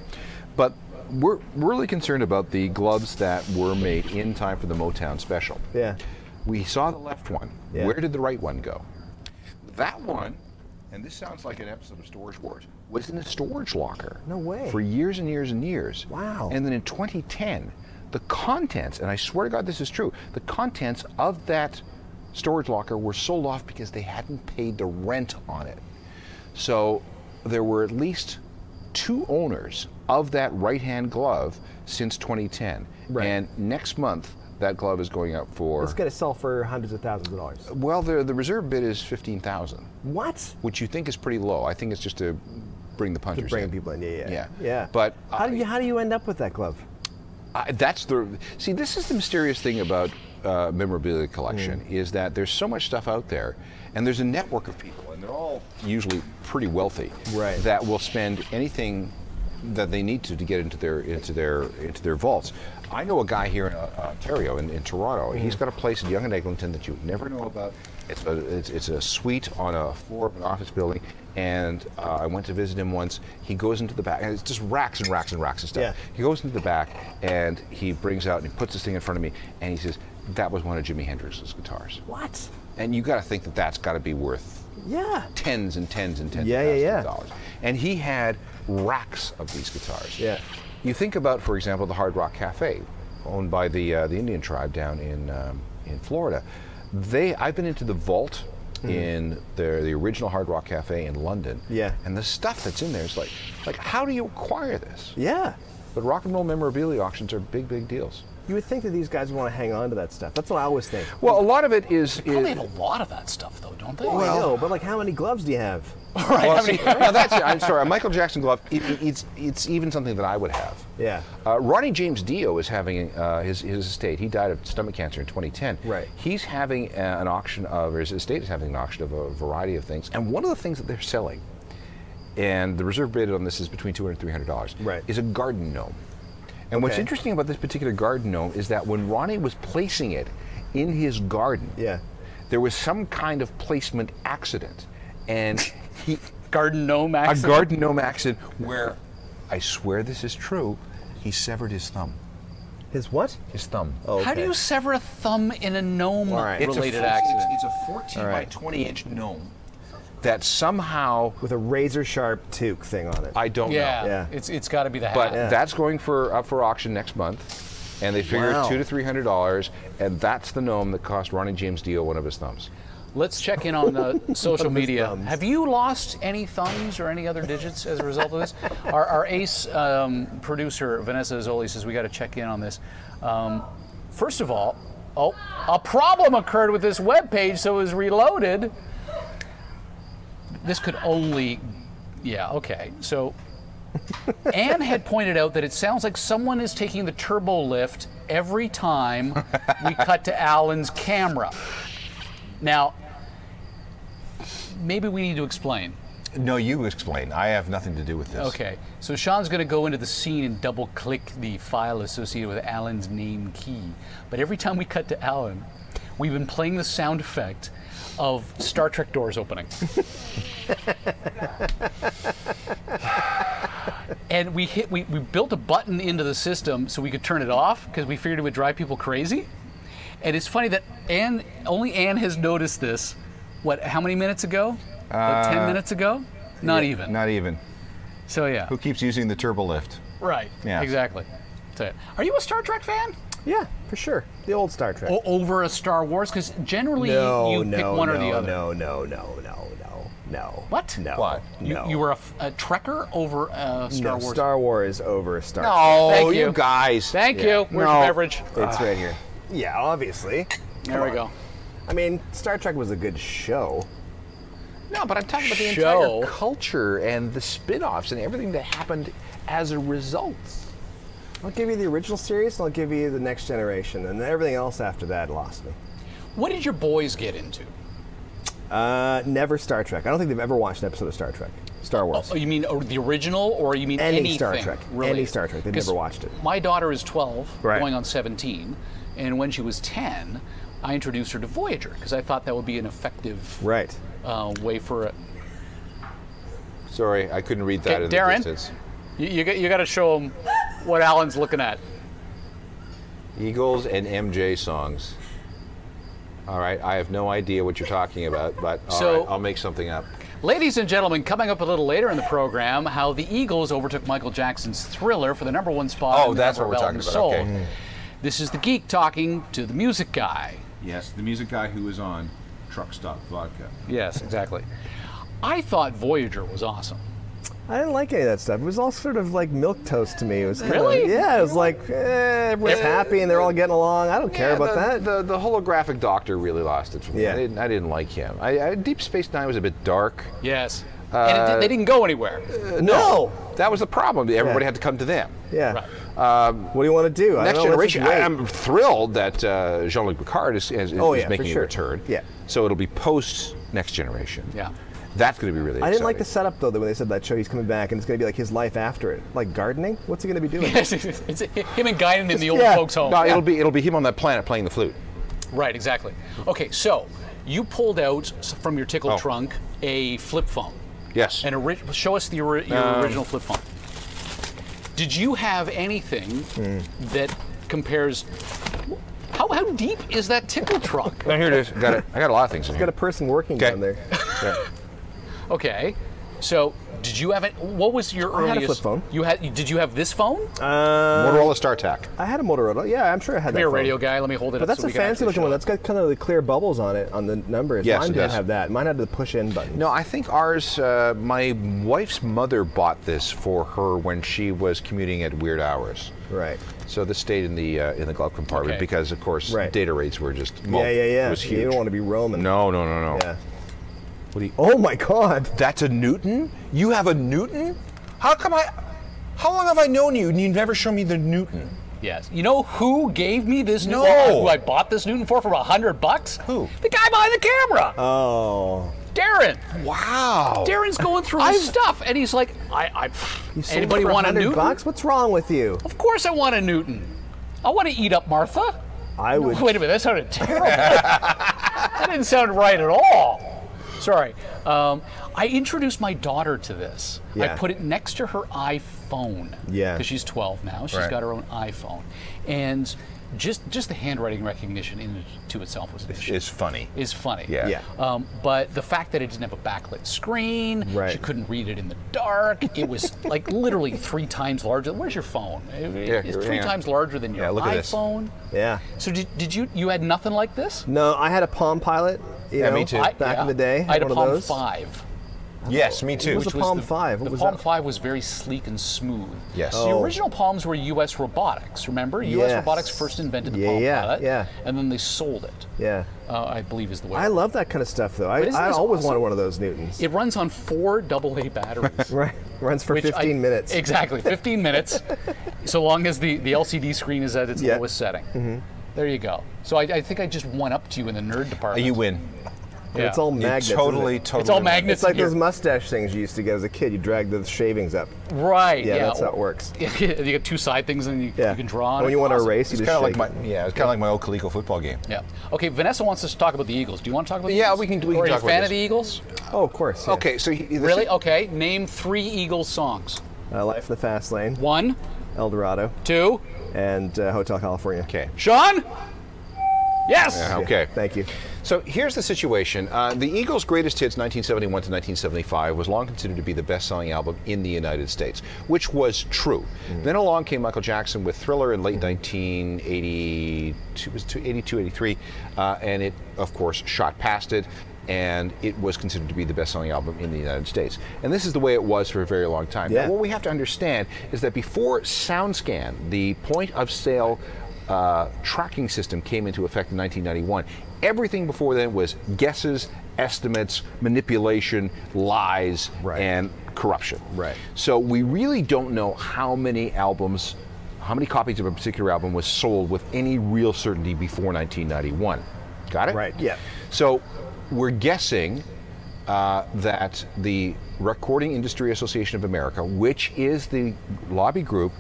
C: But we're we're really concerned about the gloves that were made in time for the Motown special.
G: Yeah.
C: We saw the left one.
G: Yeah.
C: Where did the right one go? That one, and this sounds like an episode of Storage Wars, was in a storage locker.
G: No way.
C: For years and years and years.
G: Wow.
C: And then in 2010, the contents, and I swear to God this is true, the contents of that storage locker were sold off because they hadn't paid the rent on it. So there were at least two owners of that right hand glove since 2010.
G: Right.
C: And next month, that glove is going up for.
G: It's going to sell for hundreds of thousands of dollars.
C: Well, the, the reserve bid is 15,000,
G: What?
C: which you think is pretty low. I think it's just to bring the punchers
G: Bringing
C: in.
G: people in. Yeah, yeah,
C: Yeah.
G: yeah.
C: But
G: how do you how do you end up with that glove?
C: I, that's the see. This is the mysterious thing about uh, memorabilia collection
G: Mm.
C: is that there's so much stuff out there, and there's a network of people, and they're all usually pretty wealthy,
G: Right.
C: That will spend anything that they need to to get into their into their into their vaults. I know a guy here in uh, Ontario, in, in Toronto. He's
G: Mm-hmm.
C: got a place in Young and Eglinton that you would never know about. It's a, it's, it's a suite on a floor of an office building, and uh, I went to visit him once. He goes into the back, and it's just racks and racks and racks of stuff.
G: Yeah.
C: He goes into the back and he brings out and he puts this thing in front of me and he says, "That was one of Jimi Hendrix's guitars."
G: What?
C: And you got to think that that's got to be worth
G: Yeah.
C: tens and tens and tens
G: Yeah,
C: of thousands
G: yeah, yeah.
C: of dollars. And he had racks of these guitars.
G: Yeah.
C: You think about, for example, the Hard Rock Cafe, owned by the uh, the Indian tribe down in um, in Florida. They, I've been into the vault
G: Hmm.
C: in the the original Hard Rock Cafe in London.
G: Yeah.
C: And the stuff that's in there is like, like how do you acquire this?
G: Yeah.
C: But rock and roll memorabilia auctions are big, big deals.
G: You would think that these guys would want to hang on to that stuff. That's what I always think.
C: Well, a lot of it is.
B: Well, they
C: is
B: have a lot of that stuff, though, don't they?
G: Well, I know, but like, how many gloves do you have? [LAUGHS]
C: well, see, no, that's it. I'm sorry. A Michael Jackson glove. It, it- it's it's even something that I would have.
G: Yeah.
C: Uh, Ronnie James Dio is having uh, his his estate. He died of stomach cancer in 2010.
G: Right.
C: He's having uh, an auction of or his estate is having an auction of a variety of things, and one of the things that they're selling, and the reserve bid on this is between 200 and 300 dollars.
G: Right.
C: Is a garden gnome. And what's
G: Okay.
C: interesting about this particular garden gnome is that when Ronnie was placing it in his garden,
G: Yeah.
C: there was some kind of placement accident, and he
B: Garden gnome accident.
C: a garden gnome accident where I swear this is true. He severed his thumb.
G: His what?
C: His thumb.
G: Oh,
B: How do
G: okay.
B: you sever a thumb in a gnome
G: All right. It's a
B: related
C: four-
B: accident?
C: It's, it's a 14
G: All
C: by
G: right.
C: 20 inch gnome that somehow
G: With a razor sharp toque thing on it.
C: I don't
B: yeah,
C: know.
G: Yeah.
B: it's it's got to be the hat.
C: But that's going for up for auction next month, and they figure
G: Wow.
C: two to three hundred dollars, and that's the gnome that cost Ronnie James Dio one of his thumbs.
B: Let's check in on uh, social media. Have you lost any thumbs or any other digits as a result of this? our, our ace um, producer Vanessa Zoli says we got to check in on this. Um, first of all, oh, a problem occurred with this web page, so it was reloaded. This could only, yeah, okay. So Anne had pointed out that it sounds like someone is taking the turbo lift every time we cut to Alan's camera. Now, maybe we need to explain.
C: No, you explain. I have nothing to do with this.
B: Okay, so Sean's going to go into the scene and double click the file associated with Alan's name key. But every time we cut to Alan, we've been playing the sound effect of Star Trek doors opening. [LAUGHS] and we hit we, we built a button into the system so we could turn it off because we figured it would drive people crazy. And it's funny that Anne only Anne has noticed this. What? How many minutes ago? like ten minutes ago? Not even.
C: Not even.
B: so yeah.
C: Who keeps using the turbo lift?
B: Right.
C: Yeah.
B: Exactly. That's it. Are you a Star Trek fan?
G: yeah, for sure. The old Star Trek.
B: O- over a Star Wars? Because generally
G: no,
B: you pick
G: no,
B: one
G: no,
B: or the other.
G: no, no, no, no, no, no.
B: What?
G: No.
C: What?
B: You,
G: No.
B: you were a, f- a Trekker over a Star
G: no,
B: Wars.
G: Star Wars over Star
C: Oh,
B: Thank you.
C: you guys.
B: Thank you. Where's
C: No.
B: your beverage?
G: Trek. It's right here. Yeah, obviously.
B: There we go.
G: I mean, Star Trek was a good show.
C: No, but I'm talking about the
B: Show.
C: entire culture and the spin-offs and everything that happened as a result.
G: I'll give you the original series, and I'll give you the Next Generation, and everything else after that lost me.
B: What did your boys get into?
G: Uh, never Star Trek. I don't think they've ever watched an episode of Star Trek.
L: Star Wars.
B: Oh, you mean or- the original, or you mean
L: Any
B: anything,
L: Star Trek.
B: Really?
L: Any Star Trek. They've
B: 'Cause
L: never watched it.
B: My daughter is 12,
L: Right.
B: going on 17, and when she was 10, I introduced her to Voyager because I thought that would be an effective
L: Right.
B: uh, way for it.
C: Sorry, I couldn't read that
B: Okay,
C: in the
B: Darren?
C: distance.
B: You, you, got- you got to show them what Alan's looking at.
C: Eagles and MJ songs. All right, I have no idea what you're talking about, but all
B: So-
C: right, I'll make something up.
B: Ladies and gentlemen, coming up a little later in the program, how the Eagles overtook Michael Jackson's Thriller for the number one spot.
C: Oh,
B: in the
C: that's
B: number
C: what
B: of
C: we're
B: albums
C: talking about,
B: sold.
C: okay.
B: This is the geek talking to the music guy.
M: Yes, the music guy who was on Truck Stop Vodka.
B: Yes, exactly. I thought Voyager was awesome.
G: I didn't like any of that stuff. It was all sort of like milk toast to me. It was kind
B: Really?
G: Of, yeah, it was like eh, everyone's happy and they're all getting along. I don't care
C: Yeah,
G: about
C: the,
G: that.
C: The, the holographic doctor really lost it for me.
G: Yeah.
C: I, didn't, I didn't like him. I, I, Deep Space Nine was a bit dark.
B: Yes. and it,
C: Uh,
B: did- they didn't go anywhere. [LAUGHS]
C: No, that was the problem. Everybody
G: Yeah.
C: had to come to them.
G: yeah. what do you want to do? I
C: Um, Next
G: don't know, let's
C: Generation.
G: just
C: I,
G: wait.
C: am thrilled that uh, Jean-Luc Picard is, is,
G: Oh,
C: is
G: yeah, for
C: making
G: sure.
C: a return.
G: Yeah.
C: So it'll be post Next Generation.
B: Yeah.
C: That's going to be really.
G: I didn't like the
C: exciting.
G: setup though. When they said that show, he's coming back and it's going to be like his life after it, like gardening. What's he going to be
B: [LAUGHS]
G: doing?
B: It's him and Guinan in the old
G: Yeah.
B: folks' home.
C: No, it'll be it'll be him on that planet playing the flute.
B: Right, exactly. Okay, so you pulled out s- from your tickle
C: Oh.
B: trunk a flip phone.
C: Yes.
B: And ori- show us the ori- your
G: Um,
B: original flip phone. Did you have anything
G: Hmm.
B: that compares? How, how deep is that tickle trunk?
C: No, here it is. Got it. I got a lot of things in
G: Got
C: here.
G: a person working
C: Okay.
G: down there.
B: Okay, so did you have it? What was your
G: I
B: earliest?
G: had a flip phone.
B: You had? Did you have this phone?
C: Motorola StarTAC.
G: I had a Motorola. Yeah, I'm sure I had that.
B: Here,
G: phone.
B: radio guy. Let me hold it.
G: But
B: up
G: that's
B: so
G: a
B: we can
G: fancy
B: actually
G: looking
B: show it.
G: one. That's got kind of the clear bubbles on it on the numbers.
C: Yes,
G: Mine
C: it
G: didn't
C: does.
G: have that. Mine had the push in button.
C: No, I think ours. Uh, my wife's mother bought this for her when she was commuting at weird hours.
G: Right.
C: So this stayed in the uh, in the glove compartment
B: Okay.
C: because, of course,
G: Right.
C: data rates were just well,
G: Yeah, yeah, yeah.
C: It was huge.
G: You don't want to be roaming.
C: No, no, no, no.
G: Yeah. Oh my God.
C: That's a Newton. You have a Newton. How come I? How long have I known you and you've never shown me the Newton?
B: Yes. You know who gave me this?
C: No.
B: Newton, who I bought this Newton for for a hundred bucks?
C: Who?
B: The guy behind the camera.
G: Uh,
B: Oh. Darren.
C: Wow.
B: Darren's going through his stuff, and he's like, I, I
G: You sold it
B: anybody
G: for
B: want a
G: 100
B: Newton?
G: Bucks? What's wrong with you?
B: Of course I want a Newton. I want to eat up Martha.
G: I would.
B: Wait a minute, that sounded terrible. that didn't sound right at all. Sorry. Um, I introduced my daughter to this. I
G: Yeah.
B: put it next to her iPhone.
G: Yeah.
B: Because she's 12 now. She's
C: Right.
B: got her own iPhone. And just just the handwriting recognition in to itself was an issue.
C: It's funny.
B: is funny.
C: Yeah.
G: Yeah.
B: Um, but the fact that it didn't have a backlit screen,
G: Right.
B: she couldn't read it in the dark. It
G: [LAUGHS]
B: was like literally three times larger. Where's your phone? It- it's
C: here,
B: three
C: hang on.
B: times larger than your
C: Yeah, look at this.
B: iPhone.
G: Yeah.
B: So did, did you you had nothing like this?
G: No, I had a Palm Pilot. You
C: Yeah,
G: know,
C: me too.
B: I-
G: Back in
B: yeah.
G: the day,
B: I had a
G: one of
B: Palm
G: those.
B: Five.
C: Yes, me too.
G: What was the Palm Five? What
B: the
G: was
B: Palm
G: that?
B: Five was very sleek and smooth.
C: Yes.
B: The
C: Oh.
B: original Palms were U.S. Robotics. Remember, U.S.
G: Yes.
B: Robotics first invented the
G: Yeah,
B: Palm
G: yeah,
B: Pilot,
G: yeah.
B: and then they sold it.
G: Yeah.
B: Uh, I believe is the way.
G: I love that kind of stuff though. I,
B: But isn't
G: I
B: this
G: always wanted
B: awesome?
G: one of those Newtons.
B: it runs on four AA batteries.
G: [LAUGHS] right. [LAUGHS] Runs for
B: which
G: 15
B: I-
G: minutes.
B: Exactly, 15 minutes, so long as the, the LCD screen is at its
G: Yeah. Mm-hmm.
B: lowest setting. There you go. So I, I think I just went up to you in the nerd department.
C: You win.
B: Yeah.
G: Oh, It's all
C: You
G: magnets. isn't
C: totally,
G: it?
C: totally.
B: It's all
C: win.
B: magnets.
G: It's like
B: in here.
G: those mustache things you used to get as a kid. You drag the shavings up.
B: Right.
G: Yeah, that's how it works.
B: [LAUGHS] you get two side things and you,
G: Yeah.
B: you can draw on
G: When
B: it.
G: you want to
B: Awesome.
G: erase, you
C: It's
G: just
C: kind of like
G: shake
C: my
G: it.
C: yeah. It's kind of like my old Coleco football game.
B: Yeah. Okay, Vanessa wants us to talk about the Eagles. Do you want to talk about the
C: Yeah,
B: Eagles?
C: we can- we
B: Or
C: can
B: are you
C: talk
B: a
C: about
B: fan
C: this.
B: of the Eagles?
G: Oh, of course. yeah.
C: Okay, so he, this
B: Really?
C: is-
B: Okay, name three Eagles songs.
G: Uh, Life in the Fast Lane,
B: One,
G: El Dorado,
B: two,
G: and uh, Hotel California.
C: okay.
B: Sean? Yes!
C: Yeah, okay.
G: Thank you.
C: So here's the situation. Uh, the Eagles' greatest hits, 1971 to 1975, was long considered to be the best-selling album in the United States, which was true. Then along came Michael Jackson with Thriller in late 1982, was it 82, 83, uh, and it, of course, shot past it. And it was considered to be the best-selling album in the United States, and this is the way it was for a very long time. Now,
G: Yeah.
C: what we have to understand is that before SoundScan, the point of sale uh, tracking system came into effect in 1991. Everything before then was guesses, estimates, manipulation, lies,
G: Right.
C: and corruption.
G: Right.
C: So we really don't know how many albums, how many copies of a particular album was sold with any real certainty before 1991. Got it?
G: Right, yeah.
C: So we're guessing uh, that the Recording Industry Association of America, which is the lobby group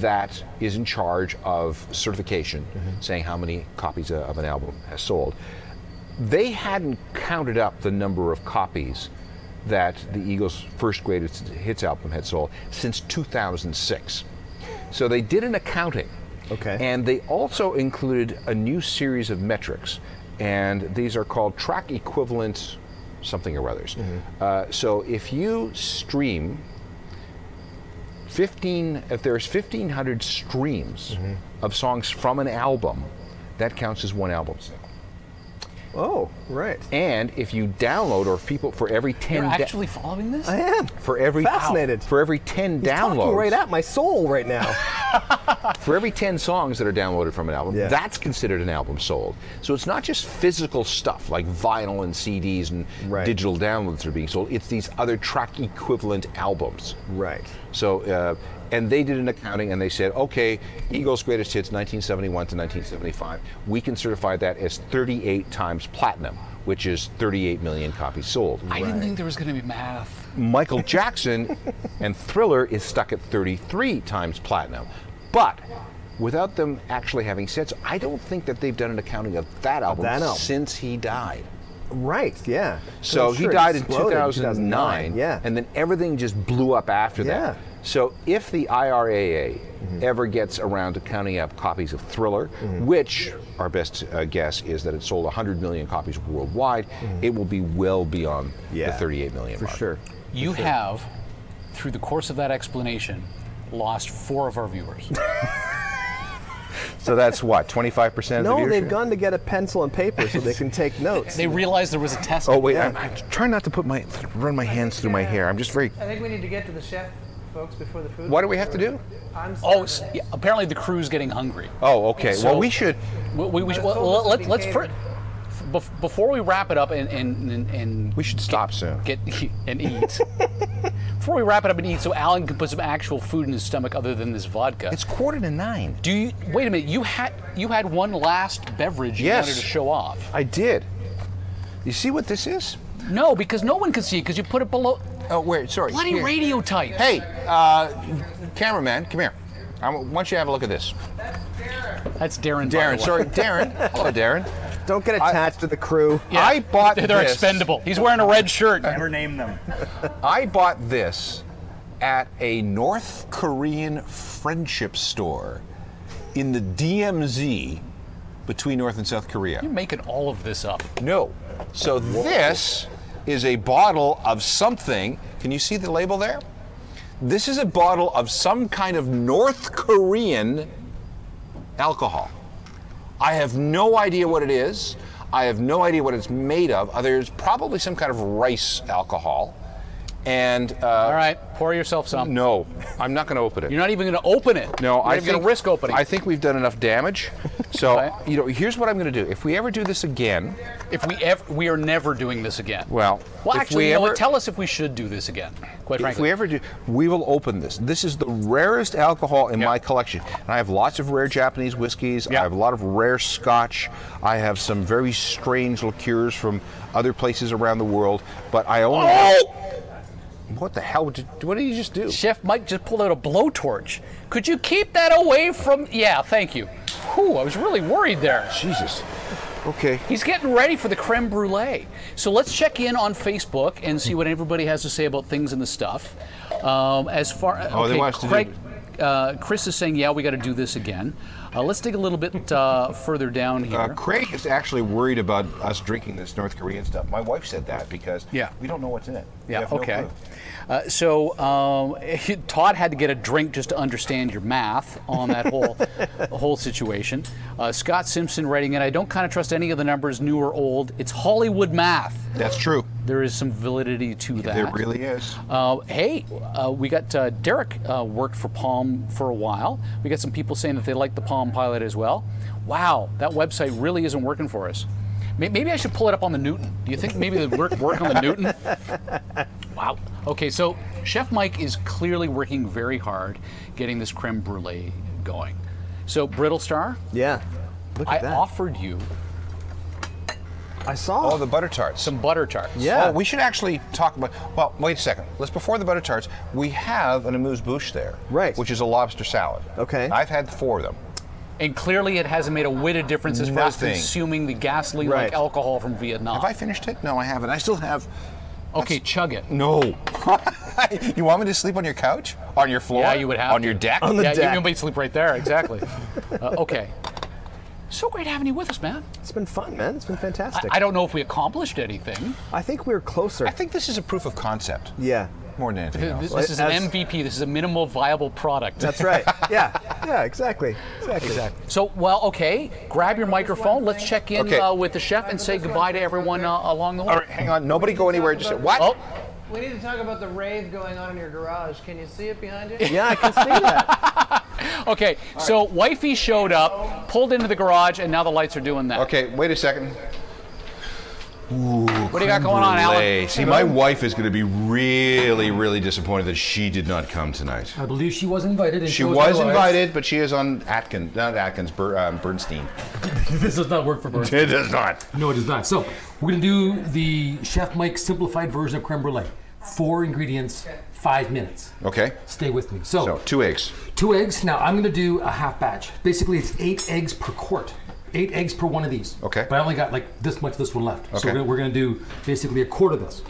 C: that is in charge of certification, saying how many copies a- of an album has sold, they hadn't counted up the number of copies that the Eagles' first greatest hits album had sold since 2006. So they did an accounting.
G: Okay.
C: And they also included a new series of metrics, and these are called track equivalent something or others. Uh, so if you stream 15 if there's 1500 streams of songs from an album that counts as one album
G: Oh, right.
C: and if you download or if people for every 10
B: You're
C: da-
B: actually following this?
G: I am.
C: for every
G: Fascinated.
C: for every 10
G: He's
C: downloads
G: talking right at my soul right
C: [LAUGHS]
G: now.
C: for every 10 songs that are downloaded from an album
G: Yeah.
C: that's considered an album sold so it's not just physical stuff like vinyl and CDs and
G: Right.
C: digital downloads that are being sold it's these other track equivalent albums
G: right.
C: So, uh, and they did an accounting and they said, okay, Eagles' greatest hits 1971 to 1975, we can certify that as 38 times platinum, which is 38 million copies sold.
B: I didn't think there was going to be math.
C: Michael Jackson and Thriller is stuck at 33 times platinum. But without them actually having said so, I don't think that they've done an accounting of that album,
G: that album.
C: since he died.
G: Right, yeah.
C: So
G: I'm
C: he
G: sure it
C: died in
G: exploded
C: 2009,
G: Yeah.
C: and then everything just blew up after
G: Yeah. Mm-hmm.
C: that. So if the IRAA ever gets around to counting up copies of Thriller, which our best uh, guess is that it sold 100 million copies worldwide, it will be well beyond
G: Mm-hmm. Yeah,
C: the 38 million
G: for
C: mark.
G: sure.
B: You have, through the course of that explanation, lost four of our viewers.
C: So that's what 25 percent. of the
G: No, they've
C: viewership?
G: gone to get a pencil and paper so they
C: [LAUGHS]
G: can take notes.
B: they realized there was a test.
C: Oh wait,
G: Yeah.
C: I'm, I'm trying not to put my run my hands through my hair. I'm just very.
H: I think we need to get to the chef, folks, before the food.
C: What do we have to do?
H: I'm
B: Oh, s- yeah, apparently the crew's getting hungry.
C: Oh, okay.
B: So-
C: well, we should.
B: We, we, we should,
H: told
B: well,
H: this
B: let,
H: would be
B: let's fir-
H: catered.
B: f- bef- before we wrap it up and and, and, and
C: We should stop soon.
B: get [LAUGHS] and
C: [LAUGHS]
B: eat. before we wrap it up and eat, so Alan can put some actual food in his stomach other than this vodka.
C: It's quarter to nine.
B: do you wait a minute? You had you had one last beverage you
C: Yes.
B: wanted to show off.
C: I did. You see what this is?
B: No, because no one could see it because you put it below.
C: Oh, wait, sorry.
B: Bloody
C: Here.
B: radio types.
C: Hey, uh, cameraman, come here. I w- want you to have a look at this.
B: that's Darren. by
C: Darren,
B: the way.
C: sorry, Darren. [LAUGHS] Hello, Darren.
G: Don't get attached to the crew.
B: Yeah,
C: I bought
B: They're
C: this.
B: expendable. He's wearing a red shirt.
E: Never name them.
C: I bought this at a North Korean friendship store in the DMZ between North and South Korea.
B: You're making all of this up.
C: No. So this is a bottle of something. Can you see the label there? This is a bottle of some kind of North Korean alcohol. I have no idea what it is. I have no idea what it's made of. Uh, There's probably some kind of rice alcohol. And uh,
B: All right, pour yourself some.
C: no, I'm not going to open it.
B: You're not even going to open it.
C: No,
B: You're
C: I
B: going
C: think-
B: to risk opening.
C: I think we've done
B: [LAUGHS]
C: enough damage. So
B: Okay.
C: you know, here's what I'm going to do. If we ever do this again,
B: if we ever, we are never doing this again.
C: Well,
B: well,
C: if
B: actually,
C: we
B: you know what?
C: ever-
B: tell us if we should do this again. Quite
C: If
B: frankly,
C: we ever do, we will open this. This is the rarest alcohol in
B: Yeah.
C: my collection. And I have lots of rare Japanese whiskeys.
B: Yeah.
C: I have a lot of rare scotch. I have some very strange liqueurs from other places around the world. But I only.
B: Oh!
C: What the hell? Did, what did you just do?
B: Chef Mike just pulled out a blowtorch. Could you keep that away from? Yeah, thank you. Whew, I was really worried there.
C: Jesus. Okay.
B: He's getting ready for the creme brulee. So let's check in on Facebook and see what everybody has to say about things and the stuff. Um, as far
C: Oh, they
B: okay,
C: want us to do-
B: Craig, uh, Chris is saying, yeah, we got to do this again. Uh, let's dig a little bit uh, further down here.
C: Uh, Craig is actually worried about us drinking this North Korean stuff. My wife said that because
B: Yeah.
C: we don't know what's in it. We
B: Yeah.
C: have no
B: okay.
C: clue.
B: uh, so um, [LAUGHS] Todd had to get a drink just to understand your math on that whole [LAUGHS] whole situation. Uh, Scott Simpson writing in, I don't kind of trust any of the numbers, new or old. It's Hollywood math.
C: That's true.
B: There is some validity to that.
C: There really is.
B: Uh, hey, uh, we got uh, Derek uh, worked for Palm for a while. We got some people saying that they like the Palm Pilot as well. Wow, that website really isn't working for us. May- Maybe I should pull it up on the Newton. Do you think maybe the work work on the Newton?
G: [LAUGHS]
B: Wow. Okay, so Chef Mike is clearly working very hard getting this creme brulee going. So Brittle Star,
G: Yeah. Look at
B: I
G: that.
B: offered you
G: I saw.
C: Oh, the butter tarts.
B: Some butter tarts.
G: Yeah.
C: Oh, we should actually talk about. Well, wait a second. Let's before the butter tarts. We have an amuse bouche there,
G: Right.
C: Which is a lobster salad.
G: Okay.
C: I've had four of them.
B: And clearly, it hasn't made a whit of difference as far as
C: Nothing.
B: consuming the ghastly like
G: Right.
B: alcohol from Vietnam.
C: Have I finished it? No, I haven't. I still have.
B: okay, chug it.
C: No. [LAUGHS] you want me to sleep on your couch, on your floor,
B: Yeah, you would have
C: on
B: to.
C: your deck?
G: On the
B: yeah, you
G: deck.
B: can be sleep right there.
G: [LAUGHS]
B: Exactly. uh, okay. So great having you with us, man.
G: It's been fun, man. It's been
B: I,
G: fantastic.
B: I don't know if we accomplished anything.
G: I think we're closer.
C: I think this is a proof of concept
G: yeah.
C: more than anything
B: Th- This,
C: else.
B: this is an
G: as-
B: MVP. This is a minimal viable product.
G: That's right. Yeah. [LAUGHS] Yeah. Exactly. Exactly.
B: So, well, okay. Grab your microphone. Let's check in
C: Okay.
B: uh, with the chef and say goodbye to everyone uh, along the way.
C: All right, hang on. Nobody go anywhere. Just what?
B: Oh,
H: We need to talk about the rave going on in your garage. Can you see it behind you?
G: Yeah, I can see that.
B: okay. So, wifey showed up, pulled into the garage, and now the lights are doing that.
C: Okay, wait a second.
B: What do you got going on, Alan?
N: Hey,
C: See, my wife is going to be really, really disappointed that she did not come tonight.
D: I believe she was invited. And
C: She
D: chose
C: was
D: otherwise.
C: invited, but she is on Atkins, not Atkins, Ber, um, Bernstein.
D: [LAUGHS] this does not work for Burns.
C: It does not.
D: No, it does not. So we're gonna do the Chef Mike simplified version of creme brulee. Four ingredients, five minutes.
C: Okay.
D: Stay with me.
B: Oh.
C: So two eggs.
D: Two eggs. Now I'm going to do a half batch. Basically, it's eight eggs per quart. Eight eggs per one of these.
C: Okay.
D: But I only got like this much of this one left. So
C: Okay.
D: we're gonna- we're going to do basically a quart of this.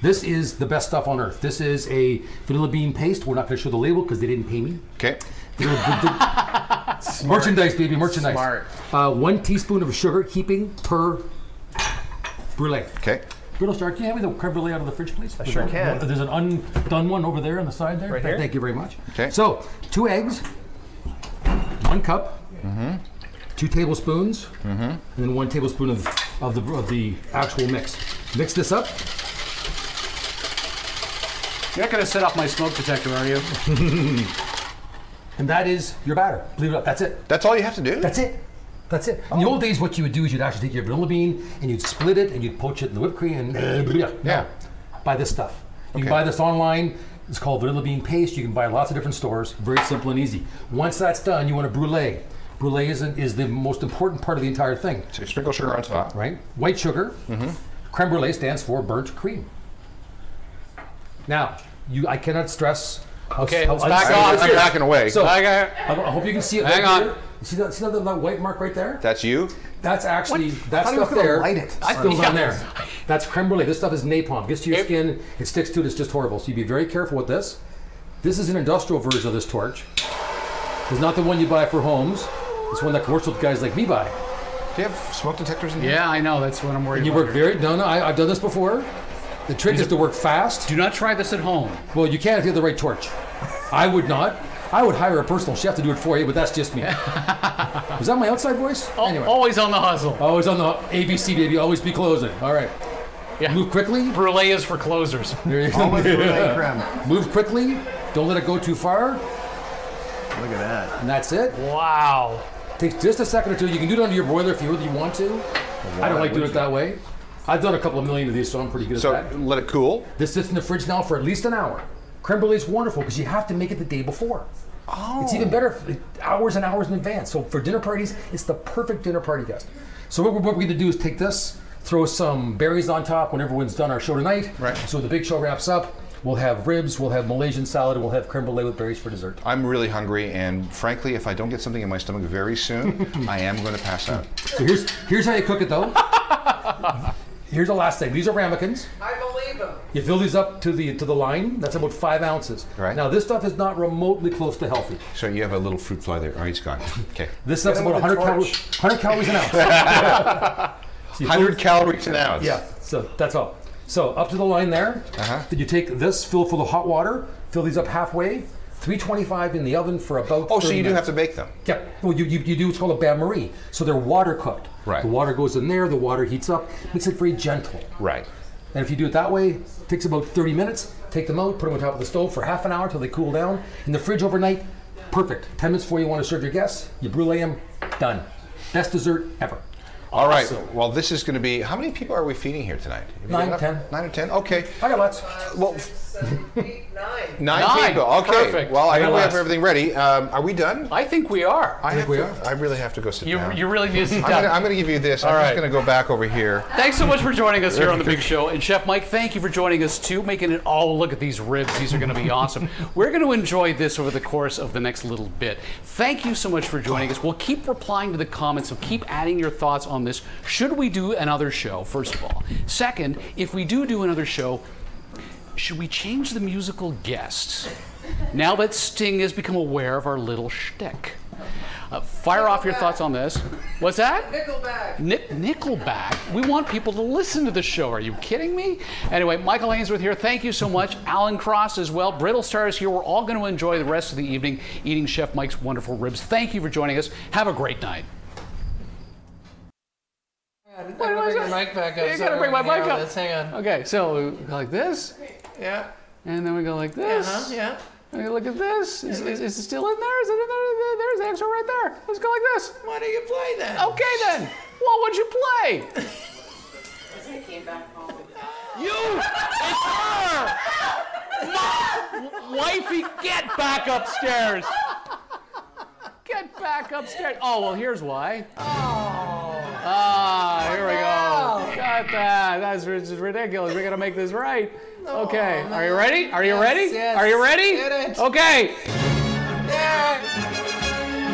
D: This is the best stuff on earth. This is a vanilla bean paste. We're not going to show the label because they didn't pay me.
C: Okay.
D: They're- they're- they're- Merchandise, baby, merchandise.
B: Smart.
D: Uh, one teaspoon of sugar heaping per brulee.
C: Okay.
D: Brittle Star, can you hand me the creme brulee out of the fridge, please? I
G: sure can.
D: There's an undone one over there on the side there.
G: Right here?
D: Thank you very much.
C: Okay.
D: So, two eggs, one cup, two tablespoons, and then one tablespoon of, of, the, of the actual mix. Mix this up.
B: You're not going to set off my smoke detector, are you?
D: And that is your batter. Believe it or not, that's it.
C: That's all you have to do.
D: That's it. That's it. In the old days, what you would do is you'd actually take your vanilla bean and you'd split it and you'd poach it in the whipped cream and yeah.
C: Yeah.
D: buy this stuff. You
C: Okay.
D: can buy this online. It's called vanilla bean paste. You can buy it at lots of different stores. Very simple and easy. Once that's done, you want to brulee. Brulee is, is the most important part of the entire thing,
C: So you sprinkle sugar on top.
D: right? White sugar. Creme brulee stands for burnt cream. Now, you, I cannot stress. How,
B: Okay,
D: how
B: let's back
D: unsafe
B: off
D: it is.
B: here.
C: I'm backing away.
D: So,
B: Back here.
D: I I hope you can see it.
B: Hang
D: right
B: on.
D: here. You see that, see that, that white mark right there?
C: That's you.
D: That's actually that
G: thought he was
D: stuff
G: gonna
D: there.
G: light it.
D: I spills
B: Yeah.
D: on
G: [LAUGHS]
D: there. That's creme brulee. This stuff is napalm. Gets to your
B: It-
D: skin. It sticks to it. It's just horrible. So you be very careful with this. This is an industrial version of this torch. It's not the one you buy for homes. It's one that commercial guys like me buy.
C: Do you have smoke detectors in here?
B: Yeah, I know. That's what I'm worried
D: You
B: about.
D: work very. No, no. I, I've done this before. The trick is to work fast.
B: Do not try this at home.
D: Well, you can if you have the right torch. I would not. I would hire a personal chef to do it for you, but that's just
G: [LAUGHS]
D: me. Was that my outside voice?
G: Oh,
B: Al-
D: anyway.
B: Always on the hustle.
D: Always on the ABC, baby. Always be closing. All right.
B: Yeah.
D: Move quickly.
B: Brulee is for closers.
D: There you go.
G: Almost brulee creme.
D: Move quickly. Don't let it go too far.
G: Look at that.
D: And that's it.
B: Wow.
D: Takes just a second or two. You can do it under your boiler if you you want to. I don't like doing it that way. I've done a couple of million of these, so I'm pretty good
C: So
D: at that.
C: let it cool.
D: This sits in the fridge now for at least an hour. Creme brulee is wonderful because you have to make it the day before. Oh. It's even better f- hours and hours in advance. So for dinner parties, it's the perfect dinner party guest. So what we're, what we're going to do is take this, throw some berries on top when everyone's done our show tonight.
C: Right.
D: So when the big show wraps up. We'll have ribs, we'll have Malaysian salad, and we'll have creme brulee with berries for dessert.
C: I'm really hungry, and frankly, if I don't get something in my stomach very
B: [LAUGHS]
C: soon, I am going to pass out.
D: So here's here's how you cook
C: [LAUGHS]
D: it though. here's the last thing. These are ramekins.
H: I
C: [LAUGHS]
H: believe him.
D: You fill these up to the to the line. That's about five ounces.
C: Right.
D: Now this stuff is not remotely close to healthy.
C: So you have a little fruit fly there. All right, it's gone. Okay.
D: This stuff's about 100 calories. 100 calories an ounce.
C: [LAUGHS]
D: [LAUGHS] So you fill-
C: 100 calories an ounce.
D: Yeah. So that's all. So up to the line there.
C: Uh-huh.
D: Then you take this, fill full of hot water, fill these up halfway. 325 in the oven for about.
C: Oh, so
D: 30
C: you do
D: minutes.
C: have to bake them.
D: Yeah, well, you, you, you do what's called a bain marie. So they're water cooked.
C: Right.
D: The water goes in there, the water heats up, makes it very gentle.
C: Right.
D: And if you do it that way, it takes about 30 minutes. Take them out, put them on top of the stove for half an hour till they cool down. In the fridge overnight, perfect. 10 minutes before you want to serve your guests, you brulee them, done. Best dessert ever.
C: All right.
D: Awesome.
C: Well, this is going to be. How many people are we feeding here tonight? Have you
D: Nine,
C: got enough?
B: Uh,
D: ten.
C: Nine or ten. Okay.
D: I got lots.
C: Well,
H: Seven, eight, nine.
C: Nine,
B: Nine.
C: people. Okay.
B: Perfect.
C: Well, I
B: You're
C: think we have
B: last.
C: everything ready. Um, are we done?
B: I think we are.
C: I,
D: think
C: have
D: we
C: to-
D: are.
C: I really have to go sit
B: You,
C: down.
B: you really need to sit
C: I'm
B: down.
C: gonna, I'm gonna give you this.
B: All
C: I'm
B: right.
C: just gonna go back over here.
B: Thanks so much for joining us here on the Big Show. And Chef Mike, thank you for joining us too, making it all look at these ribs. These are going to be awesome.
C: [LAUGHS]
B: We're going to enjoy this over the course of the next little bit. Thank you so much for joining us. We'll keep replying to the comments, so keep adding your thoughts on this. Should we do another show, first of all? Second, if we do do another show, should we change the musical guests now that Sting has become aware of our little shtick? Uh, fire off your thoughts on this. What's that?
H: Nickelback.
B: Nick, Nickelback. We want people to listen to the show. Are you kidding me? Anyway, Michael Ainsworth here. Thank you so much. Alan Cross as well. Brittle Stars here. We're all going to enjoy the rest of the evening eating Chef Mike's wonderful ribs. Thank you for joining us. Have a great night.
H: I'm gonna bring your mic back up.
B: You
H: so
B: gotta bring my
H: everyone can
B: mic
H: hear
B: up.
H: this. Hang on.
B: Okay, so we go like this,
H: Yeah.
B: and then we go like this.
H: Uh-huh, yeah.
B: And you look at this. Is, is, is it still in there? Is it in there? There's the extra right there. Let's go like this.
H: Why do you play then?
B: Okay then. What would you play? You! [LAUGHS] It's her! Mom! Wifey, get back upstairs! Get back upstairs. Oh, well, here's why.
H: Oh.
B: Ah, here we go. Got that. That's ri- just ridiculous. We gotta make this right. Okay, are you ready? Are you
H: Yes,
B: ready?
H: yes.
B: Are you ready?
H: Get it.
B: Okay.
H: There.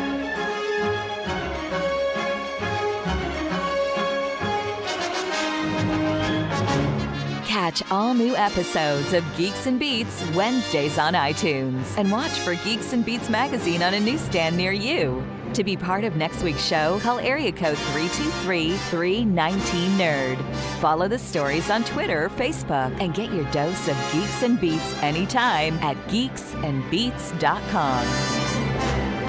A: Catch all new episodes of Geeks and Beats Wednesdays on iTunes and watch for Geeks and Beats magazine on a newsstand near you. To be part of next week's show, call area code 323-319-NERD. Follow the stories on Twitter or Facebook and get your dose of Geeks and Beats anytime at geeksandbeats.com.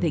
A: The